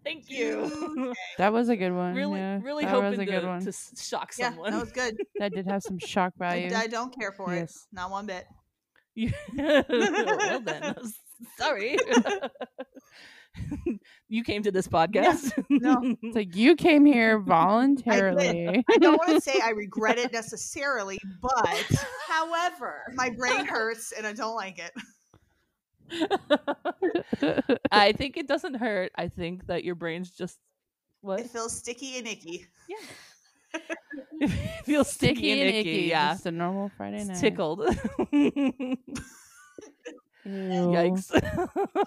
A: Thank you.
C: That was a good one.
A: really,
C: yeah.
A: really
C: that was
A: hoping
C: a good
A: to,
C: one.
A: to s- shock
E: Yeah,
A: someone.
E: that was good.
C: That did have some shock
E: I,
C: value.
E: I don't care for it.
C: Yes.
E: Not one bit.
A: You- well then, sorry. you came to this podcast.
E: no.
C: It's like you came here voluntarily.
E: I don't want to say I regret it necessarily, but
D: However,
E: my brain hurts and I don't like it.
A: I think it doesn't hurt. I think that your brain's just what
E: It feels sticky and icky.
A: It feels sticky, and icky. Yeah,
C: Just a normal Friday night.
A: it's tickled.
C: Ew.
A: Yikes.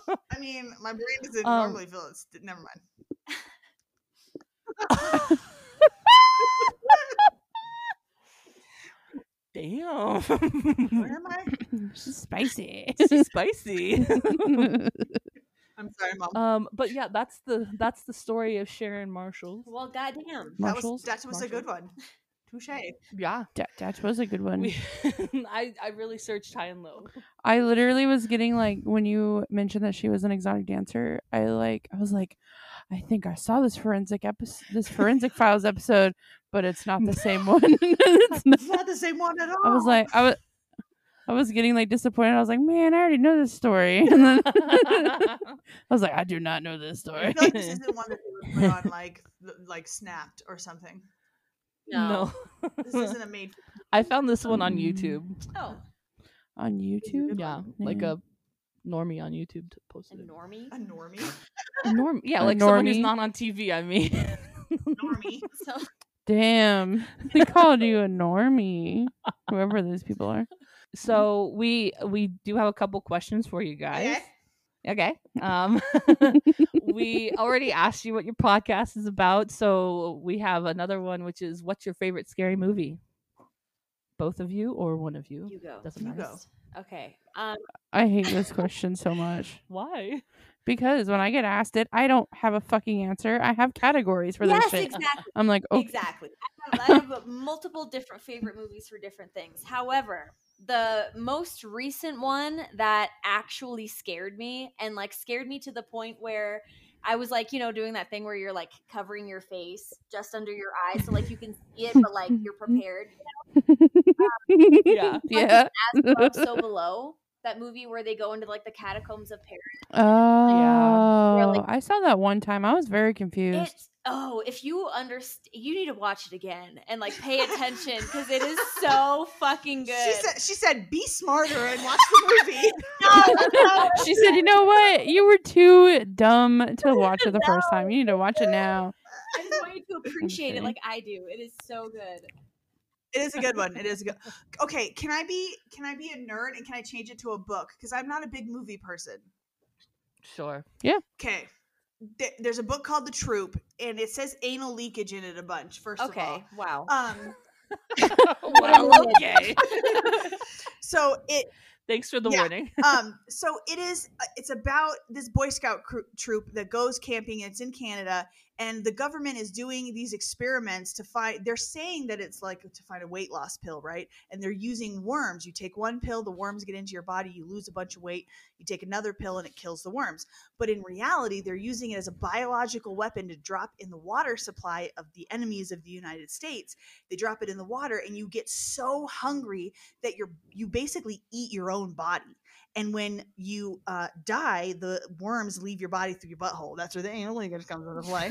E: I mean, my brain doesn't
A: Um,
E: normally feel it. st- Never mind. Where
C: hmm.
A: Damn,
E: am I?
C: She's spicy.
A: She's spicy.
E: I'm sorry,
C: Uh,
E: mom.
A: um, but yeah, that's the that's the story of Sharon Marshall.
D: well, goddamn.
E: that was
C: Marshalls?
E: that was a good one. Touche.
A: Yeah,
C: that, that was a good one.
A: we, I I really searched high and low.
C: I literally was getting like when you mentioned that she was an exotic dancer. I like I was like, I think I saw this forensic episode, this forensic files episode, but it's not the same one. It's not-
E: It's not the same one at all.
C: I was like, I was. I was getting like disappointed. I was like, "Man, I already know this story." And then I was like, "I do not know this
E: I
C: story."
E: feel like this isn't one that they would put on like th- like Snapped or something.
D: No.
E: This isn't a made.
A: I found this one on
C: Um,
A: YouTube.
D: Oh,
C: On YouTube,
A: Yeah, like
C: Yeah.
A: a normie on YouTube t-
D: a
A: posted it.
D: normie.
E: A normie.
A: Norm, yeah,
C: A
A: like someone who's
C: normie?
A: not on TV. I mean,
E: Normie.
D: So
C: damn, they called you a normie. Whoever those people are.
E: Mm-hmm.
A: so we we do have a couple questions for you guys.
E: Okay.
A: Okay. Um, we already asked you what your podcast is about, so we have another one, which is what's your favorite scary movie? Both of you or one of you?
D: you go.
A: Doesn't
E: You
A: matter.
E: go.
D: Okay. Um,
C: I hate this question so much.
A: Why?
C: Because when I get asked it, I don't have a fucking answer. I have categories for
D: yes,
C: this shit.
D: exactly.
C: I'm like, oh,
D: Exactly. I have, I have multiple different favorite movies for different things. However, the most recent one that actually scared me and like scared me to the point where I was like, you know, doing that thing where you're like covering your face just under your eyes so like you can see it, but like you're prepared.
A: Um, Yeah.
C: yeah.
D: Above, so below that movie where they go into like the catacombs of Paris.
C: Oh,
D: Really?
C: I saw that one time. I was very confused.
D: It's oh, if you understand, you need to watch it again and like pay attention because it is so fucking good.
E: She said, she said, be smarter and watch the movie.
A: oh,
C: she said, "You know what? You were too dumb to watch it the first time. You need to watch it now."
D: I just want you to appreciate it
C: kidding.
D: like I do. It is so good.
E: It is a good one. It is a good. Okay, can I be can I be a nerd and can I change it to a book? Because I'm not a big movie person.
A: Sure.
E: Okay, Th- there's a book called The Troop, and it says anal leakage in it a bunch. First
D: Okay, wow.
E: of all, um,
A: well, okay.
E: so it
A: Thanks for the
E: Yeah.
A: warning.
E: um so it is uh, it's about this boy scout cr- troop that goes camping it's in canada and the government is doing these experiments to find they're saying that it's like to find a weight loss pill right and they're using worms you take one pill the worms get into your body you lose a bunch of weight you take another pill and it kills the worms but in reality they're using it as a biological weapon to drop in the water supply of the enemies of the united states they drop it in the water and you get so hungry that you're you basically eat your own body and when you uh, die, the worms leave your body through your butthole. That's where the anal leakage comes into play.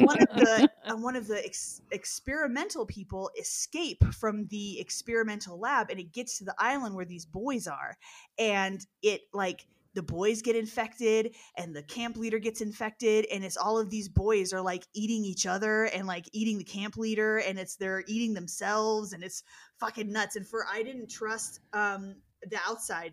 E: one of the uh, one of the ex- experimental people escape from the experimental lab, and it gets to the island where these boys are, and it like the boys get infected, and the camp leader gets infected, and it's all of these boys are like eating each other and like eating the camp leader, and it's they're eating themselves, and it's fucking nuts. And for I didn't trust um, the outside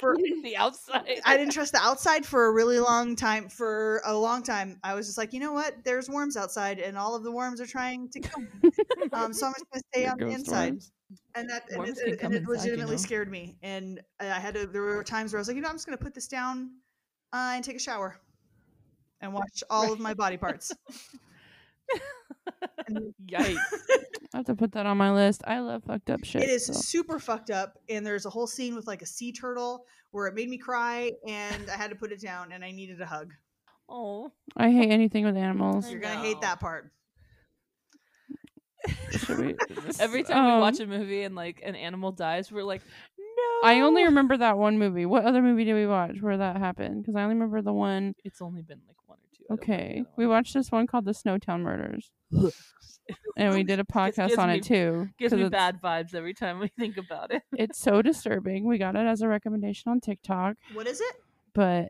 A: for the outside.
E: I didn't trust the outside for a really long time. For a long time, I was just like, you know what? There's worms outside, and all of the worms are trying to kill me. um, so I'm just going to stay
C: Your
E: on the
C: ghost
E: inside.
C: worms.
E: And that and
F: Worms
E: it,
F: can
E: and
F: come
E: it
F: inside, you
E: legitimately
F: know.
E: scared me. And I had to. There were times where I was like, you know, I'm just going to put this down uh, and take a shower and watch all of my body parts. And
A: Yikes.
C: I have to put that on my list. I love fucked up shit.
E: it is
C: so.
E: super fucked up, and there's a whole scene with like a sea turtle where it made me cry, and I had to put it down, and I needed a hug.
A: Oh.
C: I hate anything with animals.
D: I
E: You're gonna
D: know.
E: hate that part.
C: Should we-
A: Every time we watch
C: Um,
A: a movie and like an animal dies, we're like, no.
C: I only remember that one movie. What other movie did we watch where that happened? Because I only remember the one.
A: It's only been like one or two. I don't remember the
C: Okay,
A: other
C: we
A: one.
C: watched this one called The Snowtown Murders, and we did a podcast
A: gives
C: on
A: Oh, me-
C: it too.
A: Gives
C: 'cause
A: me
C: it's-
A: bad vibes every time we think about it.
C: It's so disturbing. We got it as a recommendation on TikTok,
E: What is it?
C: but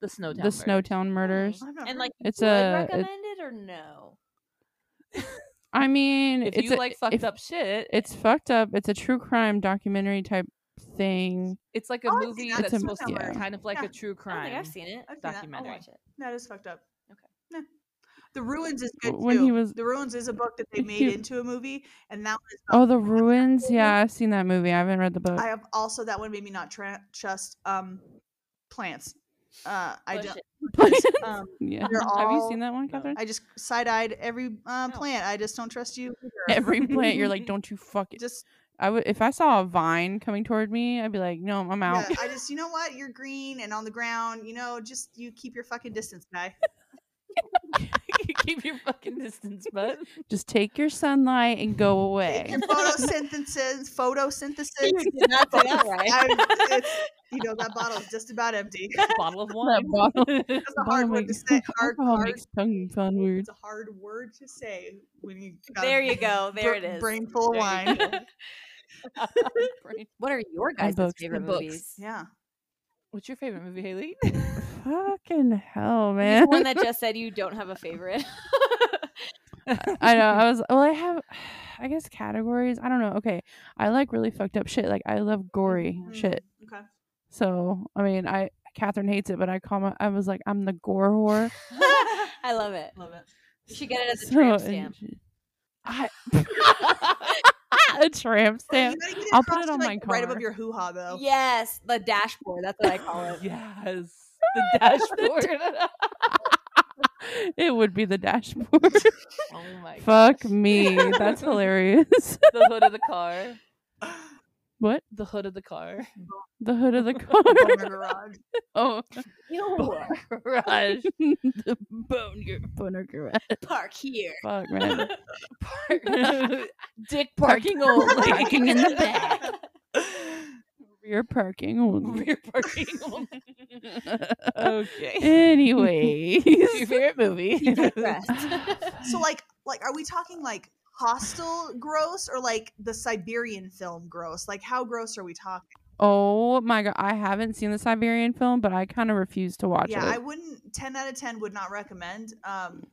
A: The Snowtown.
C: The Snowtown Murders.
E: I've not
D: And
E: heard
D: like,
C: It's
D: would
C: a. it-
D: recommend it or no?
C: I mean,
A: If
C: it's
A: you
C: a-
A: like fucked
C: if-
A: up shit,
C: It's fucked up. It's a true crime documentary type thing.
A: it's like a
E: Oh, I've seen
A: movie
E: that.
A: that's
C: It's a-
A: supposed to
C: yeah.
A: be kind of like
E: Yeah.
A: a true
D: I don't think
A: crime.
D: I've seen it.
E: I've seen that. I'll
A: documentary.
D: I'll watch it.
E: that is fucked up.
D: Okay.
E: Yeah. The Ruins is good
C: W- when
E: too.
C: he was-
E: the Ruins is a book that they
C: he-
E: made into a movie, and that one is.
C: Oh, The Ruins. Yeah, I've seen that movie. I haven't read the book.
E: I have also that one made me not tra- trust um plants. Uh, I
D: Bush
E: don't.
D: it.
E: Um,
C: yeah.
E: they're
C: Have you
E: all-
C: seen that one,
A: no.
C: Catherine?
E: I just side eyed every uh,
D: No.
E: plant. I just don't trust you. Either.
C: Every plant, you're like, don't you fuck it.
E: Just
C: I would if I saw a vine coming toward me, I'd be like, no, I'm
E: yeah,
C: out.
E: I just you know what you're green and on the ground. You know, just you keep your fucking distance, guy.
A: you keep your fucking distance, but
C: Just take your sunlight and go
E: Take
C: away.
E: your photosynthesis, photosynthesis.
D: Did not say that right.
E: I, it's, you know that bottle's just about empty.
A: bottle of
C: That
A: wine.
C: bottle-
E: That's a hard
C: Bottle
E: word to
C: makes-
E: say. Hard,
C: alcohol
E: hard-
C: makes tongue sound weird.
E: It's a hard word to say when you. got a
D: There you go. There it
E: br-
D: is.
E: Brain full of
A: There you
E: wine.
A: go.
D: What are your guys'
C: books,
D: favorite
F: the books.
D: movies?
E: Yeah.
A: What's your favorite movie, Haley?
C: Fucking hell,
D: He's
C: man.
D: the one that just said you don't have a favorite.
C: I know. I was well. I have, I guess categories. I don't know. Okay, I like really fucked up shit. Like I love gory
E: Mm,
C: shit.
E: Okay.
C: So I mean, I Catherine hates it, but I call my, I was like, I'm the gore whore.
D: I love it.
E: Love it.
D: You should get it as a
C: So,
D: tramp
C: and
D: stamp.
C: she- I, a tramp
E: You
C: stamp.
E: gotta get
C: I'll put
E: across
C: it
E: to,
C: on
E: like,
C: my
E: Right
C: car.
E: above your hoo ha, though.
D: Yes, the dashboard. That's what I call it.
A: yes. The dashboard.
C: It would be the dashboard.
A: oh my god.
C: Fuck me. That's hilarious.
A: The hood of the car.
C: what?
A: The hood of the car.
C: The hood of the
E: Above
C: car.
E: my garage.
C: oh,
A: Garage.
C: the bone your boner garage.
D: Park here.
C: Fuck man.
A: Dick parking only.
C: Parking in the back. Rear parking. only.
A: Rear parking. only. okay.
C: Anyways, your favorite movie.
E: So like like are we talking like hostile gross or like the Siberian film gross? Like how gross are we talking?
C: oh my god, I haven't seen the Siberian film, but I kind of refuse to watch
E: yeah, I
C: it.
E: wouldn't. Ten out of ten would not recommend. Um,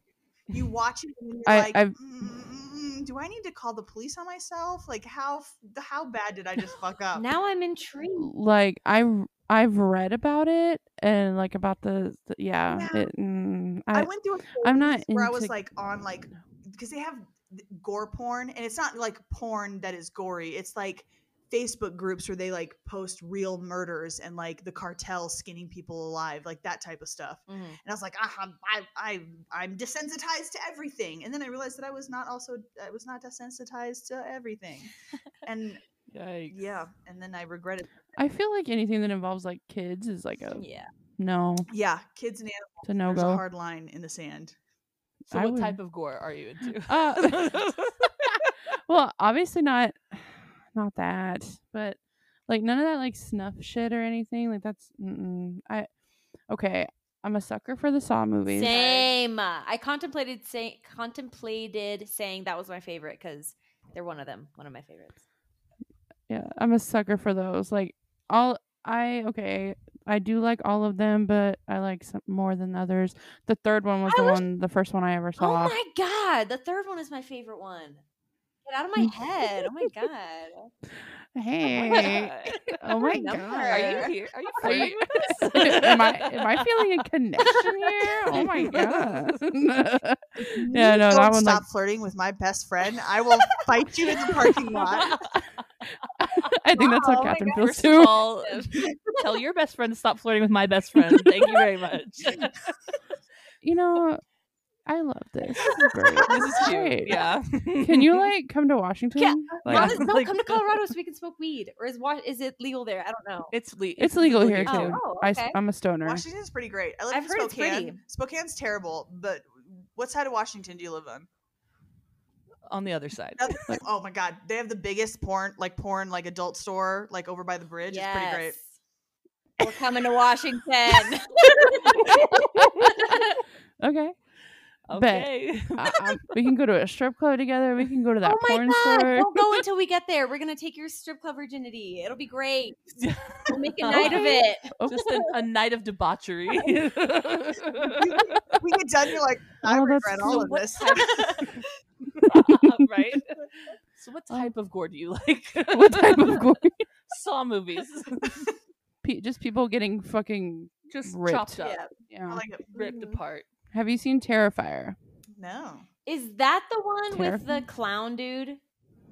E: you watch it and you're
C: Mm. I-
E: like,
C: I've-
E: "Mm, do I need to call the police on myself? Like how f- how bad did I just fuck up?
D: Now I'm intrigued.
C: like I r- I've read about it and like about the, the- yeah.
E: Yeah.
C: It, mm, I,
E: I, went through. A
C: I'm
E: phase
C: not
E: where I was
C: into-
E: like on like because they have th- gore porn and it's not like porn that is gory. It's like Facebook groups where they like post real murders and like the cartel skinning people alive, like that type of stuff. and I was like, ah, I, I, I'm desensitized to everything. And then I realized that I was not also, I was not desensitized to everything. And
A: Yikes.
E: yeah, and then I regretted.
C: I feel like anything that involves like kids is like a
D: Yeah.
C: no,
E: Yeah, kids and animals.
C: it's a no
E: There's a
C: go.
E: hard line in the sand.
A: So
C: I
A: what
C: would-
A: type of gore are you into?
C: Uh, well, obviously not, not that, but like none of that like snuff shit or anything. Like that's mm-mm. I okay. I'm a sucker for the Saw movies.
D: Same. I contemplated saying contemplated saying that was my favorite because they're one of them, one of my favorites.
C: Yeah, I'm a sucker for those. Like all I okay, I do like all of them, but I like some more than others. The third one was
D: I
C: the
D: was-
C: one, the first one I ever
D: Oh
C: saw.
D: my god, the third one is my favorite one. Get out of my head! Oh my god.
C: Hey, oh my
D: number.
C: god,
A: are you here? Are you
C: Are
A: flirting
C: you-
A: with us?
C: am I am I feeling a connection here? Oh my god! yeah,
E: You
C: no, that
E: don't
C: one
E: Stop
C: like
E: flirting with my best friend. I will fight you in the parking lot.
C: I think that's how
D: Oh my
C: Catherine feels
A: First
C: too.
A: of all, tell your best friend to stop flirting with my best friend. Thank you very much.
C: you know, I love this. This is great.
A: this is cute.
C: great.
A: Yeah.
C: Can you like come to Washington? Like,
D: Mom is- no,
A: Like-
D: come to Colorado so we can smoke weed. Or is wa- is it legal there? I don't know.
A: It's le-
C: it's legal here
A: here.
C: too.
D: Oh,
C: I,
D: okay.
C: am a stoner.
E: Washington's pretty great. I live
D: I've
E: in
D: heard it's
E: Spokane.
D: pretty.
E: Spokane's terrible, but what side of Washington do you live on?
A: on the other side.
E: Nothing- oh my god, they have the biggest porn, like porn, like adult store, like over by the bridge. It's pretty great.
D: We're coming to Washington.
C: Okay.
A: Okay.
C: I- I'm- we can go to a strip club together. We can go to that
D: oh my
C: porn
D: god!
C: store.
D: Don't go until we get there. We're gonna take your strip club virginity. It'll be great. We'll make a night of
A: Okay.
D: it.
C: Okay.
A: Just a, a night of debauchery.
E: We get done, you're like, I
C: Oh, that's
E: regret all
C: so
E: of
A: what
E: this.
A: right? So what type of gore do you like?
C: Um, what type of gore?
A: Saw movies.
C: Pe- just people getting fucking.
A: Just
C: Ripped.
A: chopped up.
C: Yeah. Mm-hmm.
E: I like it.
A: Ripped
D: Mhm.
A: apart.
C: Have you seen Terrifier?
E: No.
D: Is that the one with the
C: Terrifying.
D: clown dude?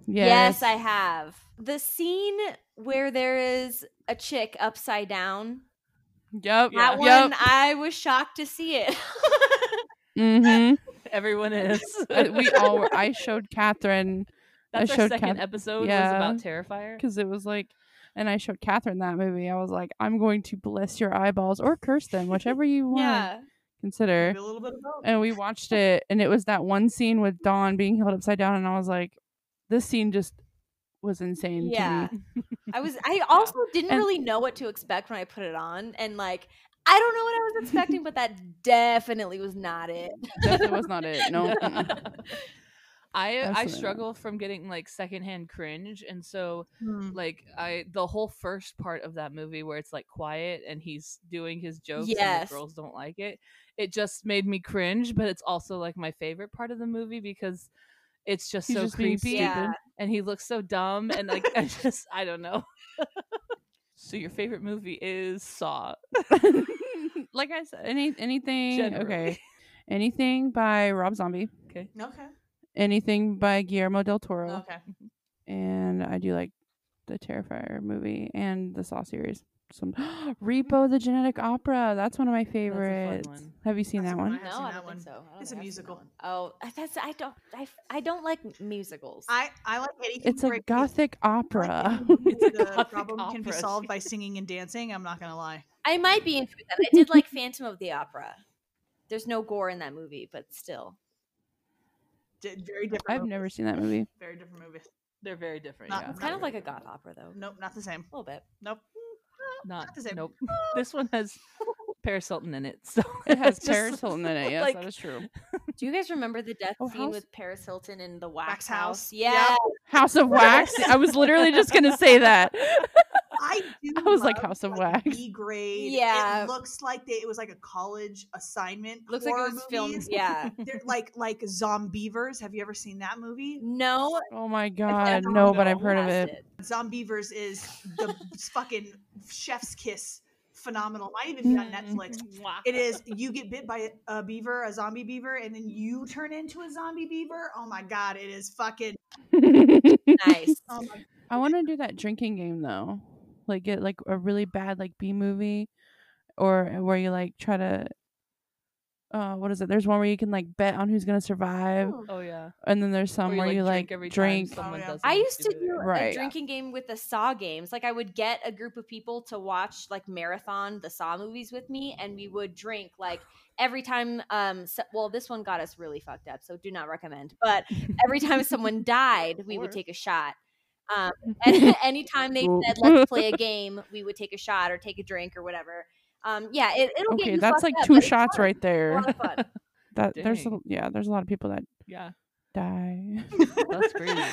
C: Yes.
D: I have. The scene where there is a chick upside down.
C: Yep.
D: That
C: yep.
D: one, I was shocked to see it.
C: Mm-hmm. Uh,
A: Everyone is.
C: we all. Were, I showed Catherine
A: That's
C: I
A: our
C: showed
A: second
C: Kath-
A: episode
C: Yeah.
A: was about Terrifier.
C: because it was like, and I showed Catherine that movie. I was like, I'm going to bless your eyeballs or curse them, whichever you want to
D: yeah.
C: consider.
E: Maybe a little bit of both.
C: And we watched it, and it was that one scene with Dawn being held upside down, and I was like, this scene just was insane
D: Yeah.
C: to me.
D: I was I also didn't
C: And-
D: really know what to expect when I put it on and like I don't know what I was expecting, but that definitely was not it.
C: Definitely was not it. No. mm-mm.
A: uh-uh. I I
C: Absolutely not.
A: struggle from getting like secondhand cringe, and so
E: Hmm.
C: Mm.
A: like I the whole first part of that movie where it's like quiet and he's doing his jokes and
D: Yes.
A: the girls don't like it. It just made me cringe, but it's also like my favorite part of the movie because it's just
C: He's
A: so
C: just being
A: creepy
D: Yeah.
A: and he looks so dumb and like I just I don't know. so your favorite movie is Saw.
C: like I said, any anything
A: Generally.
C: okay, anything by Rob Zombie,
E: Okay.
C: anything by Guillermo del Toro,
E: Okay.
C: and I do like the Terrifier movie and the Saw series. Some Repo the Genetic Opera. That's one of my
A: fun
C: favorites.
A: one.
C: Have you seen
E: That's
C: that
E: a fun
C: one?
E: I haven't
D: no, I
E: seen that
D: don't
E: one.
D: think so. I don't think I've
E: It's a
D: seen that
E: musical.
D: one. Oh, that's I don't I, I don't like musicals.
E: I, I like anything.
C: It's a
E: where
C: gothic opera.
E: it's
A: It's a
E: the
A: gothic
E: problem can be
A: opera.
E: solved by singing and dancing. I'm not gonna lie.
D: I might be into that. I did like Phantom of the Opera. There's no gore in that movie, but still.
E: D- very different.
C: I've never
E: movies.
C: seen that movie.
E: Very different movie.
A: They're very different.
E: Not-
A: yeah.
D: It's kind of like a goth opera, though.
E: Nope, not the same.
D: A little bit.
E: Nope. Mm,
A: not,
E: not the same.
A: Nope. this one has Paris Hilton in it. So
C: It has
A: it's just
C: Paris Hilton in it. Yes,
A: like-
C: that is true.
D: Do you guys remember the death
C: Oh,
D: scene
C: House-
D: with Paris Hilton in the Wax,
E: Wax
D: House?
E: House.
D: Yeah.
E: Yep.
C: House of Wax. I was literally just gonna say that.
E: I do
C: I was like
E: love,
C: House of
E: like,
C: Wax.
E: B grade.
D: Yeah.
E: It looks like they, it was like a college assignment.
D: Looks like it
E: horror
D: was filmed.
E: movies.
D: Yeah.
E: They're like like Zombievers. Have you ever seen that movie?
D: No.
C: Oh my
D: I
C: god,
D: don't
C: no, but
D: know
C: I've
D: who
C: heard of
D: has
C: it.
E: Zombievers is the fucking chef's kiss phenomenal. Might even be on
A: Mm-hmm,
E: Netflix. It is you get bit by a beaver, a zombie beaver, and then you turn into a zombie beaver. Oh my god, it is fucking.
D: Nice.
E: Oh my,
C: I want to do that drinking game though, like get like a really bad like B movie, or uh, where you like try to. Uh, what is it? There's one where you can like bet on who's gonna survive,
A: Oh yeah.
C: and then there's some
A: Or
C: where you like
A: every time
C: drink.
A: someone
E: yeah.
A: doesn't
D: I used to
A: it
D: do
A: or-
C: Right.
D: a drinking game with the Saw games. Like I would get a group of people to watch like marathon the Saw movies with me, and we would drink like every time. Um, so, well, this one got us really fucked up, so do not recommend. But every time someone died, we would
A: course.
D: take a shot. Um, and anytime they
C: Ooh.
D: said let's play a game, we would take a shot or take a drink or whatever. Um, yeah, it, it'll get
C: okay,
D: you
C: that's
D: fucked
C: like
D: up,
C: two
D: but it's
C: shots
D: fun.
C: right there.
D: It's a lot of fun.
C: That there's a,
A: Dang.
C: yeah, there's a lot of people that
A: Yeah.
C: die.
A: That's crazy.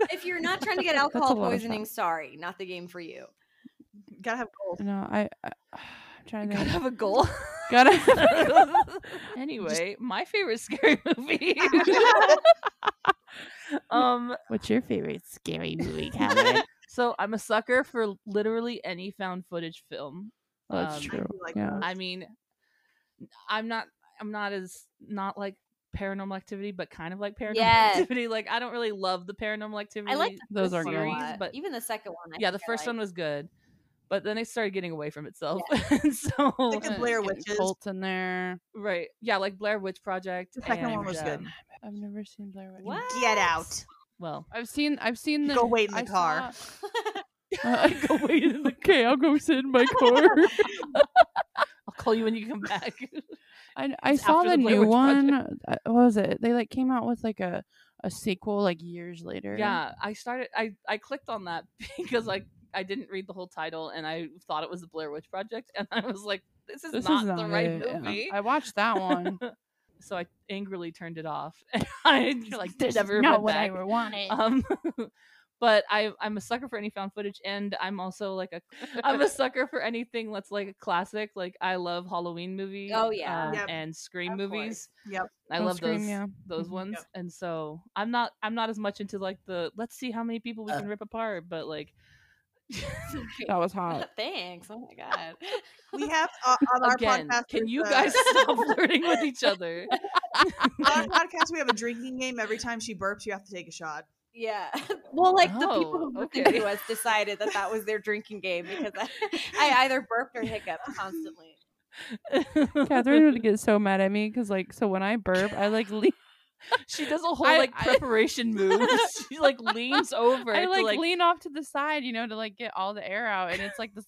D: if you're not trying to get
C: a
D: alcohol
C: lot of
D: poisoning,
C: fun.
D: sorry, not the game for you.
E: gotta have goals.
C: no, I, I I'm trying to
A: Gotta
C: think.
A: have a goal.
C: Gotta.
A: anyway, my favorite scary movie. um,
C: What's your favorite scary movie, Calvin?
A: so I'm a sucker for literally any found footage film.
C: Well, that's
A: Um,
E: I
C: true.
E: do like
C: yeah.
E: those.
A: I mean, I'm not. I'm not as not like paranormal activity, but kind of like paranormal
D: Yes.
A: activity. Like I don't really love the paranormal activity.
D: I like the
C: Those
D: first
C: are
D: one a
C: good.
D: lot.
A: But-
D: even the second one. I
A: yeah, the
D: think I
A: first
D: like.
A: one was good, but then it started getting away from itself. and so
E: Like the
C: Uh,
E: Blair
C: getting
E: Witches.
C: Cults in there.
A: right, yeah, like Blair Witch Project.
E: The second
A: and,
E: one was good.
A: um,
C: I've never seen Blair Witch.
D: What?
E: Get out.
A: Well,
C: I've seen. I've seen the.
E: Go wait in the
C: I
E: car.
C: saw- Uh, go wait in the Okay, I'll go sit in my car.
A: I'll call you when you come back.
C: I, I
A: It's
C: saw
A: after
C: the
A: the Blair
C: new
A: Witch
C: one.
A: Project.
C: uh, What was it? They like came out with like a a sequel like years later.
A: yeah, I started. I I clicked on that because like I didn't read the whole title and I thought it was the Blair Witch Project, and I was like, this is,
C: This
A: not,
C: is
A: the right
C: it, yeah.
A: movie.
C: uh, I watched that one.
A: so I angrily turned it off. And I like
C: This is
A: never went
C: not what I
A: back.
C: were wanted.
A: Um, but I I'm a sucker for any found footage, and I'm also like a I'm a sucker for anything that's like a classic. Like I love Halloween movies. um,
D: Oh, yeah.
E: Yep.
A: and Scream
D: Of course.
A: movies.
E: Yep.
A: I
C: Oh,
A: love
C: Scream,
A: those
C: yeah.
A: those
C: Mhm.
A: ones.
E: Yep.
A: And so I'm not I'm not as much into like the let's see how many people we
E: Uh.
A: can rip apart, but like
C: that was hot.
D: Thanks. Oh my god.
E: We have uh, on our
A: again,
E: podcast.
A: can
E: is,
A: you
E: uh,
A: guys stop flirting with each other?
E: on our podcast? We have a drinking game. Every time she burps, you have to take a shot.
D: Yeah. Well, like the people
A: Oh,
D: who listened
A: okay.
D: to us decided that that was their drinking game because I, I either burped or hiccuped constantly.
C: Catherine would get so mad at me because like so when I burp, I like lean.
A: she does a whole
C: I-
A: like
C: I-
A: preparation move. She like leans over.
C: I
A: to,
C: like, lean off to the side, you know, to like get all the air out, and it's like this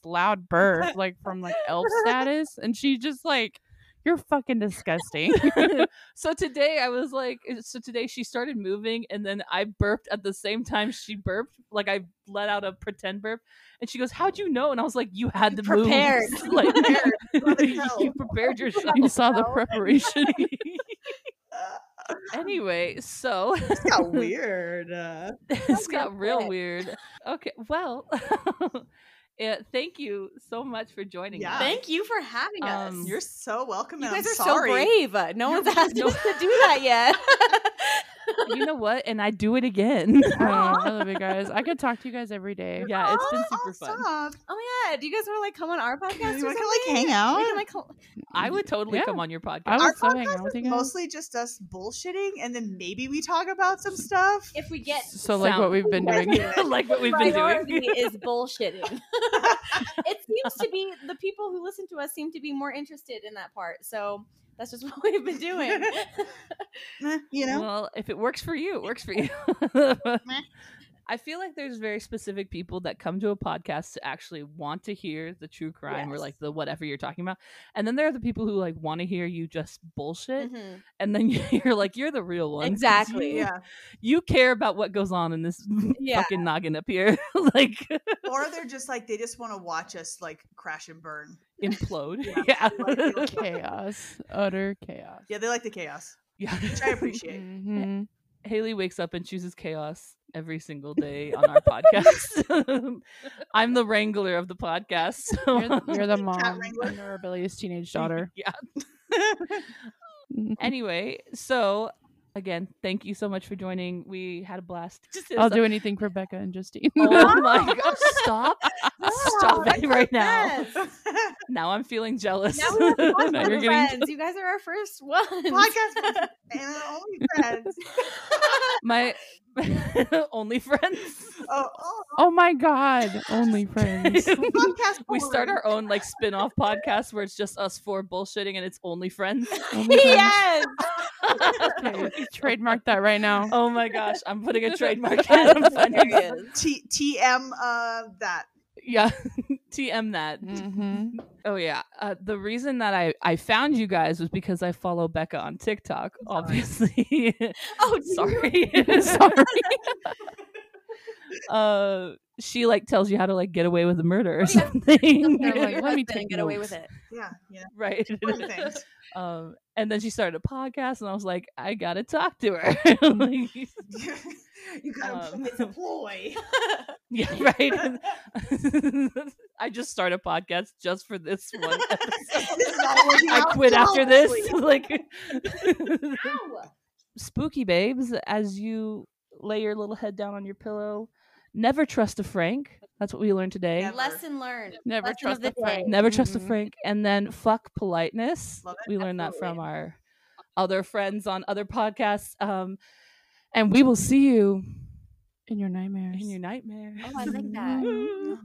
C: loud burp, like from like elf status, and she just like, "You're fucking disgusting."
A: so today I was like, eh, so today she started moving, and then I burped at the same time she burped. Like I let out a pretend burp, and she goes, "How'd you know?" And I was like, "You had the
D: Prepared.
A: moves. like
E: Prepared. Let it go.
A: you prepared yourself."
C: you saw the preparation.
E: Uh,
A: anyway, so
E: this got weird. Uh,
A: it's got real
D: it.
A: weird. Okay, well, yeah, thank you so much for joining.
E: Yeah.
A: us.
D: Thank you for having us.
A: Um,
E: you're so welcome.
D: you
E: and
D: guys
E: I'm
D: are
E: sorry.
D: so brave. Uh, No
A: You're-
D: one's asked
A: no-
D: us to do that yet.
A: you know what? And I do it again.
C: Oh, I love you guys. I could talk to you guys every day.
A: yeah, it's been
E: Oh,
A: super fun.
E: stop.
D: oh my god, do you guys want to like come on our podcast?
E: You
D: or
E: wanna come, like,
D: something?
E: hang out?
D: We can, like, col-
A: I would totally
C: Yeah.
A: come on your podcast.
C: I
E: Our
C: was so hanging
E: podcast
C: out with
E: is
C: you guys.
E: mostly just us bullshitting, and then maybe we talk about some stuff.
D: if we get
C: so like
A: Sound-
C: what we've been
E: Like-
C: doing.
A: like what we've been
D: priority
A: doing.
D: is bullshitting. it seems to be the people who listen to us seem to be more interested in that part. So that's just what we've been doing.
E: Eh, you know,
A: Well, if it works for you, it works for you. I feel like there's very specific people that come to a podcast to actually want to hear the true crime or
D: Yes.
A: like the whatever you're talking about. And then there are the people who like want to hear you just bullshit.
D: Mhm.
A: And then you're like, you're the real one. 'cause
D: Exactly.
A: You,
E: Yeah.
A: you care about what goes on in this
D: Yeah.
A: fucking noggin up here. like
E: Or they're just like they just want to watch us like crash and burn.
A: implode.
E: Yeah.
A: Yeah.
C: chaos, utter chaos.
E: Yeah, they like the chaos,
A: yeah.
E: which I appreciate.
C: Mhm.
A: Haley wakes up and chooses chaos every single day on our podcast. I'm the wrangler of the podcast. so-
C: You're, the, you're the mom
E: wrangler.
C: and the rebellious teenage daughter.
A: yeah.
C: Mhm.
A: anyway, so again, thank you so much for joining. We had a blast. Just hit
C: I'll
A: us
C: do
A: up.
C: anything for Becca and Justine.
A: Oh my gosh, stop.
E: Oh,
D: Wow,
A: stop
D: that's
A: it right now.
D: Yes.
A: Now I'm feeling jealous.
D: Now we have
C: Now
D: podcast
C: you're getting-
D: friends. You guys are our first ones.
E: Podcast and only friends.
A: My only friends.
E: Oh, oh,
C: Oh my god, only friends.
E: podcast.
A: we start
E: forward.
A: our own like spin-off podcast where it's just us four bullshitting and it's only friends.
C: Only friends.
D: yes.
C: Okay, trademark that right now.
A: Oh my gosh, I'm putting a trademark in. I'm finding it.
E: T- TM uh, that.
A: Yeah, TM that.
D: Mm.
C: Mhm.
A: Oh yeah. Uh, the reason that I I found you guys was because I follow Becca on TikTok, obviously.
D: Oh,
A: Sorry.
C: Sorry.
A: uh, she like tells you how to like get away with a murder or
D: Oh, yeah.
A: something,
C: They're like, "Let me take
D: get away with
C: notes."
D: it.
E: Yeah, yeah.
A: right?
E: Little things.
A: um, and then she started a podcast, and I was like, I gotta talk to her. Like,
D: Mm-hmm.
E: you gotta.
A: Um,
E: it's a ploy.
A: yeah, right. I just start a podcast just for this one. episode.
E: This is all working
A: I
E: out
A: quit after this.
E: flawlessly.
A: like,
D: Ow.
A: spooky babes, as you lay your little head down on your pillow, never trust a Frank. That's what we learned today.
E: Never.
D: Lesson learned.
C: Never
D: Lesson
C: trust
D: of
C: a
D: the day.
C: friend.
A: Never trust a
C: Mhm.
A: Frank. And then fuck politeness.
E: Love
A: We learned that from our other friends on other podcasts. Um, and we will see you
C: In your nightmares.
A: in your nightmare.
D: Oh, I like that.